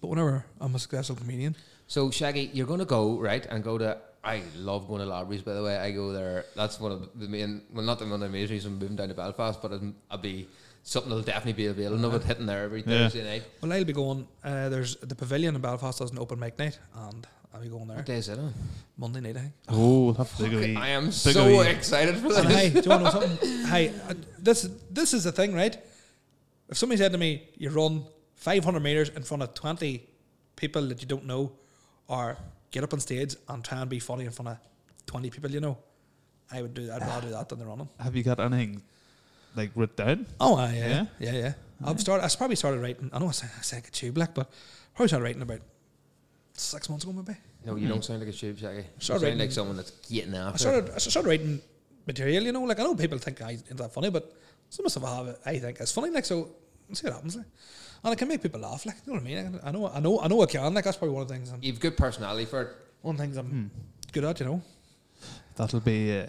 A: but whenever I'm a successful comedian,
C: So Shaggy, you're gonna go right and go to. I love going to libraries. By the way, I go there. That's one of the main. Well, not the one of the main reasons I'm moving down to Belfast, but I'll, I'll be something that'll definitely be available. of it hitting there every
B: Yeah.
C: Thursday night.
A: well, I'll be going. Uh, there's the Pavilion in Belfast does an open mic night, and I'll be going there
C: What day is it? On?
A: Monday night. I think.
B: Oh, we'll have to dig a wee-
C: I am
B: dig a
C: so
B: wee-
C: excited for
A: And hey,
C: this.
A: do you want to know (laughs) something? Hey, uh, this this is the thing, right? If somebody said to me, "You run 500 meters in front of 20 people that you don't know," or get up on stage and try and be funny in front of 20 people you know, I would do. I'd rather do that than the running.
B: Have you got anything like writ down?
A: Oh, aye, yeah,
B: Yeah?
A: yeah, yeah. I've started. I s- probably started writing. I know I said I said tube black, but probably started writing about six months ago, maybe.
C: No, you don't sound like a tube, Shaggy. You
A: Sorry.
C: sound like someone that's getting after.
A: I
C: it.
A: started I started writing material, you know. Like I know people think I ain't that er funny, but some of the stuff I have I think is er funny. Like so, we'll see what happens. Like. And I can make people laugh. Like er you know what I mean? I know I know I know I can. Like that's probably one of the things I'm
C: You've good personality for it.
A: one of the things I'm good at. You know.
B: That'll be uh,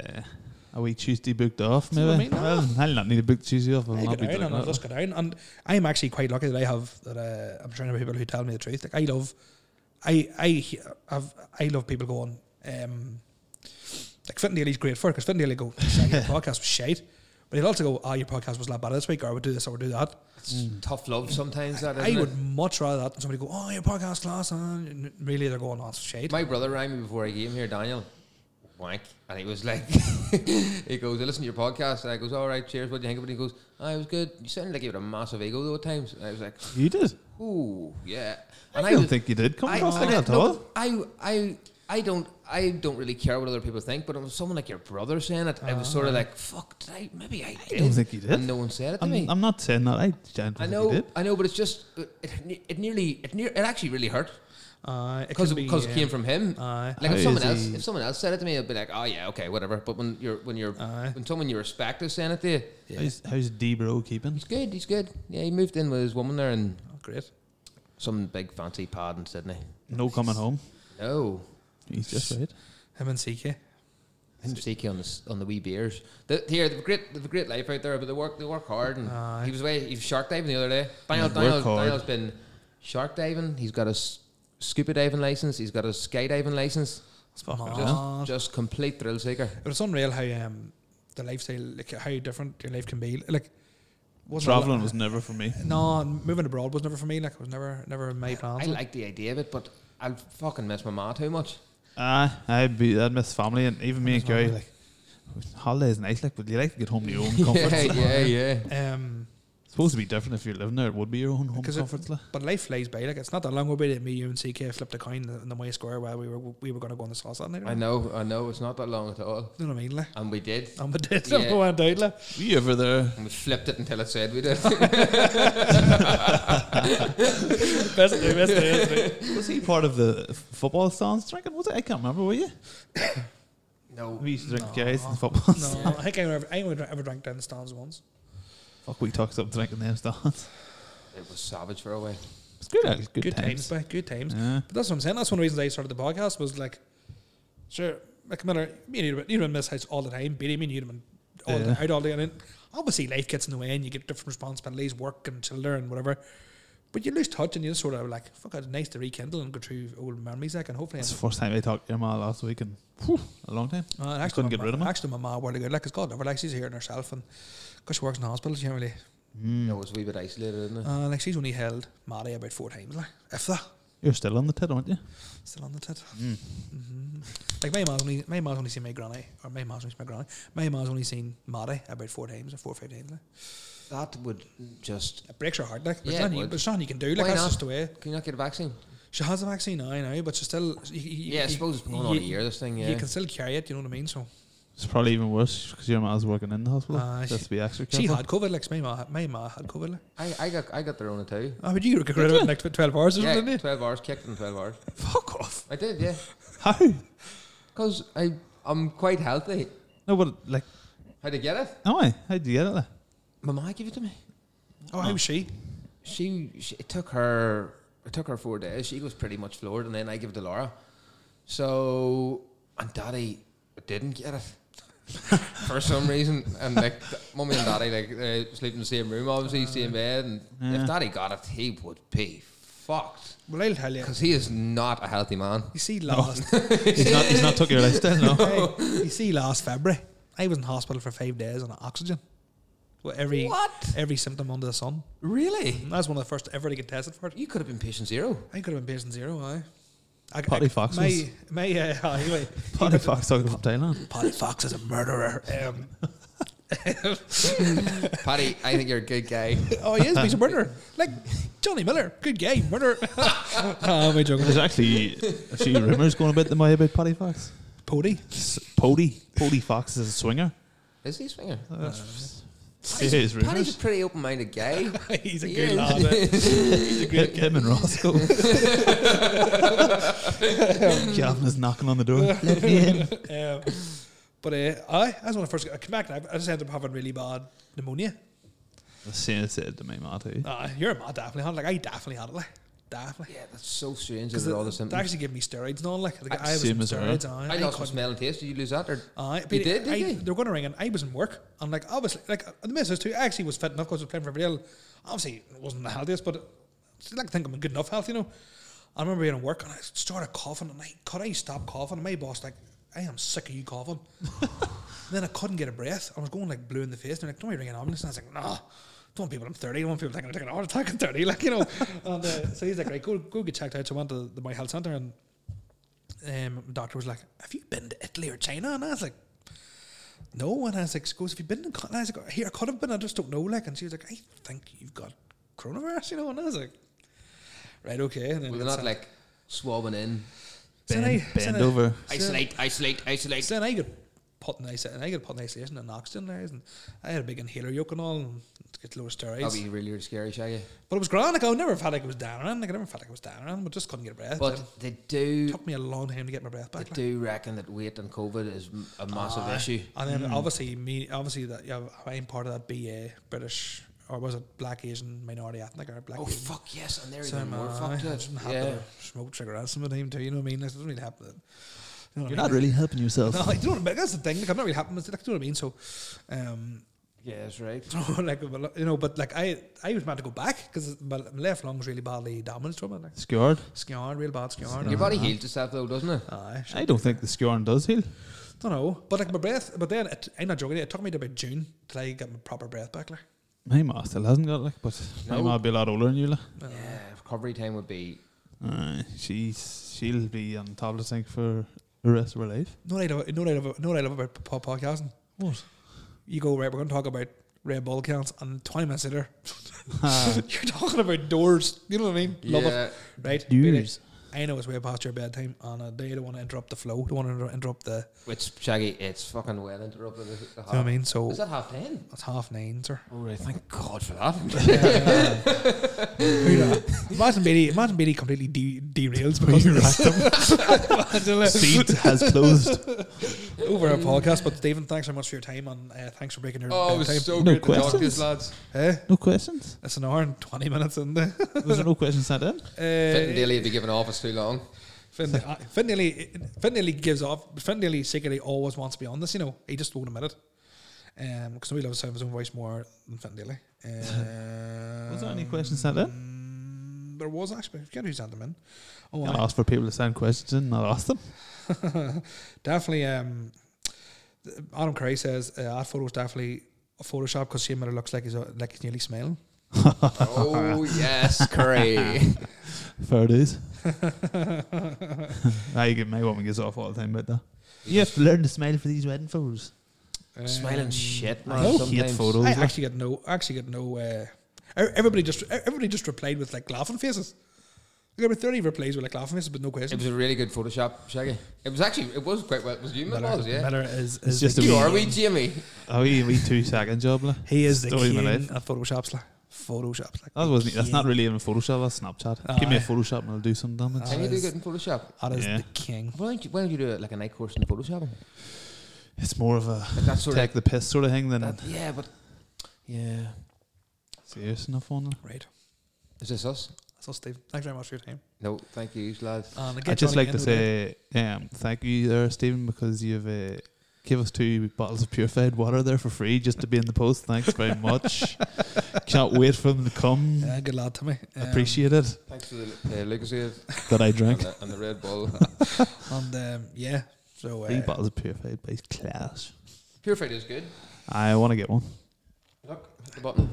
B: a wee Tuesday booked off,
A: See what I
B: maybe.
A: mean? No.
B: Well, I'll not need to book Tuesday off. I'll
A: I go
B: not be
A: down
B: doing
A: and I just
B: that.
A: go down, and I'm actually quite lucky that I have that uh, I'm trying to people who tell me the truth. Like I love, I I he- I've, I love people going. Um, like Fit and Daily's great for because Fit and Daily go, "Shag, your (laughs) podcast was shite, but he'd also go, ah, your podcast was a lot better this week, or I would do this, or I would do that.
C: It's tough love sometimes. That
A: Mm. I
C: isn't
A: would
C: it?
A: much rather that than somebody go, oh, your podcast class, and really they're going, oh, it's shade.
C: My brother rang me before I came here, Daniel. Wank. And he was like, (laughs) he goes, I listen to your podcast. And I goes, all right, cheers. What do you think of it? He goes, "Ah, it was good. You sounded like you had a massive ego though at times. And I was like,
B: You did.
C: ooh, yeah.
B: I
C: And
B: don't
C: was-
B: think you did come
C: I-
B: across like
C: I-
B: that at
C: no,
B: all.
C: I, I, I don't, I don't really care what other people think, but it was someone like your brother saying it. I was sort of like, fuck, did I? Maybe I
B: Uh-huh.
C: did.
B: don't think you did.
C: And no one said it to
B: I'm,
C: me.
B: I'm not saying that. I don't think
C: I
B: you
C: know,
B: did.
C: I know, but it's just it, it, it nearly, it near, it actually really hurt
A: Uh,
C: because because it came from him.
A: Aye.
C: like
B: How
C: if someone
B: is
C: else
B: he-
C: if someone else said it to me, I'd be like, oh yeah, okay, whatever. But when you're when you're
A: Aye.
C: when someone you respect is saying it to you,
B: How's, how's D Bro keeping?
C: he's good, he's good. Yeah, he moved in with his woman there and
A: Oh, great.
C: some big fancy pad in Sydney.
B: No coming home.
C: No,
B: He's just right.
A: Him and CK.
C: I'm cheeky on the s- on the wee beers. The, here, they've a great they've a great life out there, but they work they work hard. And
A: Aye.
C: he was away. He was shark diving the other day. Daniel,
B: Work
C: Daniel,
B: hard.
C: Daniel's been shark diving. He's got a s- scuba diving license. He's got a skydiving license.
A: Spot
C: Just just complete thrill seeker.
A: But it's unreal how um, the lifestyle, like how different your life can be. Like, wasn't a
B: Traveling
A: lot-
B: was never for me.
A: No, and moving abroad was never for me. Like, it was never, never in my plans.
C: I like the idea of it, but I fucking miss my ma too much.
B: Ah, I'd be. I'd miss family and even me and
A: miss
B: Gary.
A: family.
B: Like holidays, nice. Like, but you like to get home to
C: (laughs)
B: your own comforts.
C: yeah, yeah, yeah.
A: Um,
B: It's supposed to be different if you're living there. It would be your own home
A: Because it-
B: comforts. like.
A: but life flies by. Like, it's not that long ago that me, you, and CK flipped a coin in the May Square while we were we were going to go on the sauce that night.
C: I know, I know. It's not that long at all,
A: You know what I mean? Like,
C: and we did.
A: and (laughs) we did.
C: Yeah.
A: go on down, like.
B: Were you ever there?
C: And we flipped it until it said we did. (laughs)
A: Best day, best day, best day.
B: Was he part of the f- football stands drinking? Was it? I can't remember. Were you?
C: no,
B: We used to drink Gary's in the football. (laughs)
A: No, I think I ever, I only dra- ever drank down the stands once.
B: Fuck, we talked up drinking them stands.
C: it was savage for a while.
B: It's good. uh, Good,
A: Good,
B: good
A: times, mate. Good times.
B: Yeah.
A: But that's what I'm saying. That's one of the reasons I started the podcast was like, sure, like Miller, me and Eudemon, in this house all the time, beating me and Eudemon all
B: Yeah.
A: the out all day. And then obviously life gets in the way and you get different responsibilities, work and children and whatever. But you lose touch and you just sort of like, fuck, it's nice to rekindle and go through old memories. Like, and hopefully,
B: That's the first time I talked to your ma last week in whew, a long time.
A: Uh, and
B: I couldn't
A: my
B: get
A: ma-
B: rid of him.
A: Actually, my mom really good. Like, it's God never like she's here in herself, and because she works in hospitals, she can't really.
B: Mm.
A: Hmm.
C: You know, it's a wee bit isolated, isn't it?
A: Uh, like she's only held Maddie about four times, like if that.
B: You're still on the tit, aren't you?
A: Still on the tit.
B: Mm.
A: hmm Like my mom's only my mom's only seen my granny or my mom's only seen my granny. My mom's only seen Maddie about four times or four or five times. Like.
C: That would just.
A: It breaks her heart, like. But
C: Yeah,
A: yeah,
C: it
A: you,
C: would.
A: there's nothing you can do. Like
C: Why
A: that's
C: not?
A: just the way.
C: Can you not get a vaccine?
A: She has a vaccine now, now, but she still. You, you-
C: yeah, I
A: you-
C: suppose it's been going
A: you-
C: on a year, this thing, yeah.
A: You can still carry it. You know what I mean? So
B: It's probably even worse because your ma's working in the hospital.
A: Aye,
B: That's to be extra
A: Uh, she
B: careful.
A: had COVID. Like my ma, my ma had COVID. Like.
C: I, I got I got the Rona too.
A: Oh, but you got rid of it in like tw- twelve hours or
C: Yeah,
A: something, didn't
C: 12 hours, kicked in 12 hours.
A: you? Fuck off.
C: I did, yeah.
B: How?
C: Because I'm quite healthy.
B: No, but like,
C: How'd I get it?
B: no, I. How'd you get it? Like?
C: My mom gave it to me.
A: Oh, how was she?
C: She, she it took her it took her four days. She was pretty much floored, and then I give it to Laura. So and Daddy didn't get it (laughs) for some reason. And like th- mummy and Daddy like they sleep in the same room, obviously same bed. And
B: Yeah.
C: if Daddy got it, he would be fucked
A: Well, I'll tell you.
C: because he is not a healthy man.
A: You see,
C: (laughs)
A: last
B: He's not. He's not took your lifestyle.
A: (laughs)
B: No.
A: Hey, you see, last February, I was in hospital for five days on oxygen. With every
C: What?
A: every symptom under the sun.
C: Really?
A: And that's one of the first ever to get tested for it.
C: You could have been patient zero.
A: I could have been patient zero, aye. I,
B: Potty foxes.
A: My, my, uh, (laughs) aye, anyway,
B: Potty fox talking about Thailand.
A: Potty Fox is a murderer. Um, (laughs)
C: Paddy, I think you're a good guy.
A: oh, he is, but he's a murderer. Like Johnny Miller, good guy, murderer. (laughs) oh, my joking.
B: There's actually a few rumours going about the my about potty fox.
A: Potty.
B: S- Pody, Pody Fox is a swinger.
C: Is he a swinger?
B: That's serious
C: Paddy's
B: rumours.
C: a pretty open-minded guy.
A: (laughs) he's a
C: He
A: good
C: is.
A: lad. eh?
B: Him him and Roscoe.
A: (laughs)
B: Calvin is knocking on the door. Let me in.
A: (laughs) um, but uh, I, I was one of the first. I came back and I, I just ended up having really bad pneumonia.
B: As soon as I said to my ma too.
A: Uh, you're a mad definitely had it. Like I definitely had it. Like definitely.
C: Yeah, that's so strange.
A: Because
C: Is it all
A: they-
C: the
A: they
C: symptoms?
A: actually give me steroids and all. Like like,
B: Ah,
A: I was
B: same
A: on
B: as her.
A: steroids. I,
C: I
A: I
C: lost my
A: couldn't-
C: smell and taste. Did you lose that? Or
A: Aye, but
C: You did, did
A: I,
C: you?
A: They were going to ring and I was in work and like obviously like the missus too. I actually was fit enough because I was playing for Real. Obviously, it wasn't the healthiest, but I like to think I'm in good enough health, you know. I remember being in work and I started coughing and I could I stop coughing and my boss like I am sick of you
C: (laughs)
A: coughing. then I couldn't get a breath. I was going like blue in the face. They're like, "Don't we ring an ambulance?" And I was like, "Nah." Don't want people, I'm 30. I don't want people thinking I'm taking a heart attack at 30, like, you know.
C: (laughs)
A: and uh, so he's like, right, go, go get checked out. So I went to the, my health centre and um, doctor was like, "Have you been to Italy or China?" And I was like, "No." And I was like, "Suppose have you been?" In co-? And I was like, "Here, I could have been. I just don't know." Like, and she was like, "I think you've got coronavirus," you know. And I was like, "Right, okay." And then
C: were they
A: it's
C: not like swabbing in?
A: so then I-
B: Bend,
A: so
B: bend
A: then I-
B: over.
C: Isolate, isolate, isolate.
A: So then I got put in isolation. I got put in isolation and oxygen there, and I had a big inhaler yoke and all, and get lower
C: That'd
A: steroids.
C: be really, really scary, Shaggy.
A: But it was grand. Like I never felt like it was down around. Like I never felt like it was down around, but just couldn't get a breath.
C: But
A: Then
C: they
A: it
C: do,
A: took me a long time to get my breath
C: they
A: back. like.
C: do reckon that weight and COVID is m- a massive
A: Aye.
C: issue.
A: And then obviously me, obviously that yeah, I'm part of that BA British or was it Black Asian minority ethnic or Black
C: Oh
A: Asian?
C: fuck yes, and they're
A: So
C: even
A: I'm,
C: more
A: uh, (laughs)
C: fucked
A: I
C: up.
A: just happen
C: Yeah.
A: to smoke cigarettes some of the time too. You know what I mean? Like, It doesn't really happen. You know what
B: You're
A: I
B: not
A: mean?
B: really helping yourself.
A: No, like, you know what I mean? That's the thing. Like, I'm not really happy. Like, you know what I mean? So, um, (laughs)
C: Yeah, that's right.
A: so like you know, but like I, I was meant to go back because my my left lung was really badly damaged from it. Like,
B: Scarred.
A: scarred, real bad scarred.
C: Your body heals itself though, doesn't it?
A: Aye,
B: I don't think the scarring does heal.
A: don't know. But like my breath, but then it, I'm not joking. It took me to about June till I got my proper breath back. Like.
B: My ma still hasn't got it, like, but my
C: No.
B: ma be a lot older than you. Like.
A: Uh,
C: Yeah, recovery time would be.
B: Aye, she's she'll be on top of the sink for the rest of
A: (laughs)
B: her life.
A: No, I love, no, I love, no, I love about po- podcasting.
B: What?
A: You go right. We're going to talk about Red Bull counts, and twenty minutes later, (laughs) you're talking about doors. You know what I mean? Love it,
C: Yeah,
A: right?
B: Doors.
A: Really, I know it's way past your bedtime, and uh, they don't want to interrupt the flow. Don't want to interrupt the.
C: which Shaggy, it's fucking well interrupted. Is it the
A: You know what I
C: half-
A: mean? So
C: Is that half ten?
A: that's half nine, sir.
C: Oh, right, thank God for that.
A: Who da? imagine Beatty. Imagine Beatty completely de- derails because of this. Imagine that.
B: Seat has closed.
A: (laughs) over a podcast. But Stephen, thanks so much for your time, and uh, thanks for breaking your
C: Oh, it
A: bedtime.
C: was so
B: No
C: good to talk to
B: questions?
C: these lads.
A: Eh?
B: No questions.
A: It's an hour and twenty minutes in there.
B: There's no questions sent in.
C: Fit
A: Uh,
C: and Daly had to give an office
A: (laughs)
C: too long.
A: Finn, uh, Finn nearly, Finn nearly gives off. Finn nearly secretly always wants to be on this. You know, he just won't admit it. Um, because
B: (laughs)
A: nobody loves to have his own voice more than Finn Daly. Um,
B: there any questions sent
A: in? there was actually. I forget who sent them in. Oh,
B: I'll
A: I-
B: ask for people to send questions in and I'll ask them.
A: (laughs) definitely. Um, Adam Curry says uh, that photo was definitely a Photoshop because Shane Miller looks like he's uh, like he's nearly smiling.
C: oh yes, Curry.
B: Fair (laughs) dues. I get my woman gets off all the time about that. You have to learn to smile for these wedding photos.
C: (laughs) Smiling
A: Um,
C: shit,
B: I
C: man.
B: hate
C: sometimes.
B: photos.
A: I
B: like.
A: actually get no. I actually get no. Uh, e- everybody just everybody just replied with like laughing faces. There were thirty replies with like laughing faces, but no
C: It
A: questions.
C: was a really good Photoshop, Shaggy. It was actually, it was quite well. It was you, it was, yeah.
A: Miller is,
B: It's
A: is
B: just
A: the,
B: a
C: You
B: wee-
C: are we, Jimmy?
B: Oh, we we two second job. Like.
A: he is the
B: story of my
A: king
B: life.
A: of Photoshop's like Photoshop's like
B: That
A: the
B: wasn't. That's
A: king.
B: not really even Photoshop. That's Snapchat.
A: Aye.
B: Give me a Photoshop and I'll do some damage.
A: Aye.
C: Can you do
A: is-
C: good in Photoshop?
A: That is
B: Yeah.
A: the king.
C: Why don't you, why don't you do it like a night course in Photoshop?
B: It's more of a
C: Like that sort
B: take
C: of.
B: the piss sort of thing than
C: That, yeah, but yeah.
B: serious enough one. like.
A: Right.
C: Is this us?
A: That's all, Steve. Thanks very much for your time.
C: No, thank you, lads.
A: And again,
B: I'd just
A: Johnny
B: like to
A: Kendall did.
B: say um, thank you there, Stephen, because you've uh, give us two bottles of purified water there for free just to be in the post. Thanks very (laughs) much. Can't wait for them to come.
A: Yeah, good lad to me. Um,
B: Appreciate it
C: Thanks for the uh, (laughs) Lucasade
B: that I
C: and,
B: drank
C: the- and the Red (laughs) Bull.
A: And um, yeah, so
B: (laughs) three
A: uh,
B: bottles of purified by class.
C: Purified is good.
B: I want to get one.
C: Look at the button.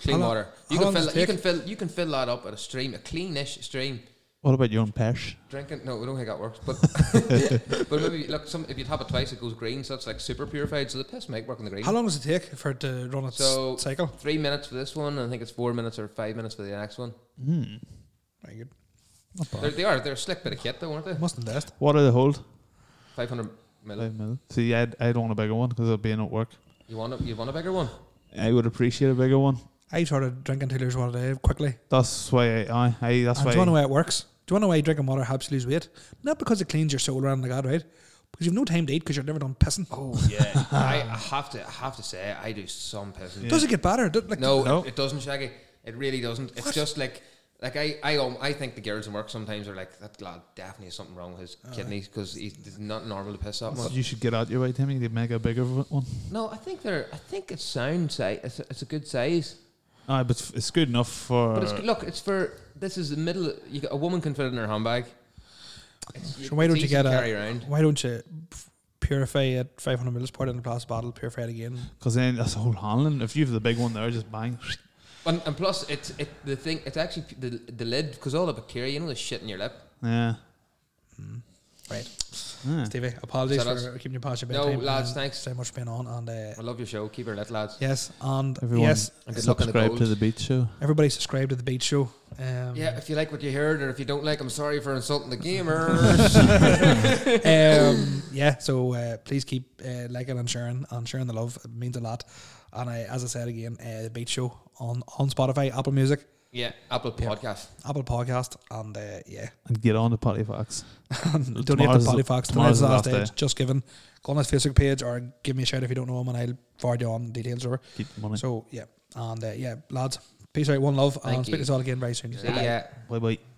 C: Clean
A: How long-
C: water. You
A: how long
C: can fill.
A: does it
C: You
A: take?
C: can fill. You can fill that up at a stream, a cleanish stream.
B: What about your own perch?
C: Drinking? No, we don't think that works.
A: (laughs)
C: But (laughs) but maybe look. Some if you tap it twice, it goes green. So that's like super purified. So the piss might work on the green.
A: how long does it take for it to run its
C: So-
A: cycle?
C: Three minutes for this one. And I think it's four minutes or five minutes for the next one.
B: Hmm.
A: Very good.
B: Not bad.
C: They're, they are. They're a slick bit of kit, though, aren't they?
A: Must invest.
B: What are they hold?
C: Five hundred mil.
B: Five mil. See, I'd, I'd want a bigger one because I'll be in at work.
C: You want a, you want a
A: (laughs)
C: bigger one?
B: I would appreciate a bigger one.
A: I started drinking two liters of water a day quickly.
B: That's why I, I, I that's
A: And
B: why
A: do you want to know how it works? Do you want to know why drinking water helps you lose weight? Not because it cleans your soul around like that, right? Because you've no time to eat because you're never done pissing.
C: Oh yeah. I I have to I have to say I do some pissing.
A: Does it get better? Do- like,
C: No,
B: No.
C: It, it doesn't, Shaggy. It really doesn't. It's just like like I I um, I think the girls in work sometimes are like that lad definitely has something wrong with his kidneys because he's not normal to piss that much.
B: you should get out your way, Timmy. They make a bigger one.
C: No, I think they're I think it's sound size. It's a, it's a good size,
B: Aye, but it's- it's good enough for.
C: but it's good- look it's for this is the middle. You got, a woman can fit it in her handbag. It's,
A: So why don't
C: it's
A: you
C: easy
A: get
C: to
A: a-
C: carry around?
A: Why don't you f- purify it 500 mils, pour it in a plastic bottle, purify it again?
B: because then that's the whole handling. If you have the big one there, just bang.
C: And, and plus, it's it the thing. It's actually the the lid because all the bacteria, you know, the shit in your lip.
B: Yeah.
A: Right.
B: yeah.
A: Stevie, apologies
C: So that's-
A: for keeping you past your
C: No,
A: bedtime.
C: lads,
A: and
C: thanks.
A: Um, so much for being on. And uh,
C: I love your show. Keep her lit, lads.
A: yes, and
B: Everyone,
A: yes,
C: And good luck in the
B: subscribe to
C: goals.
B: the beach show.
A: everybody subscribe to the Beat Show. Um,
C: Yeah, if you like what you heard, or if you don't like, I'm sorry for insulting the (laughs) gamers.
A: um, yeah, so uh, please keep uh, liking and sharing and sharing the love. It means a lot. And I, as I said again, uh, the Beat Show on, on Spotify, Apple Music,
C: yeah, Apple
A: Yeah.
C: Podcast.
A: Apple Podcast, and uh, yeah, (laughs)
B: And get on to Potty Fox.
A: donate
B: Tomorrow's
A: to
B: the-
A: Polyfox.
B: tomorrow's
A: Tomorrow's
B: the
A: the last
B: last
A: day.
B: day.
A: Just given. Go on his Facebook page or give me a shout if you don't know him, and I'll forward you on details over.
B: Keep the money.
A: So yeah, and uh, yeah, lads, peace out, one love,
C: Thank
A: and speak
C: you.
A: to us all again very soon.
C: Yeah.
B: bye bye.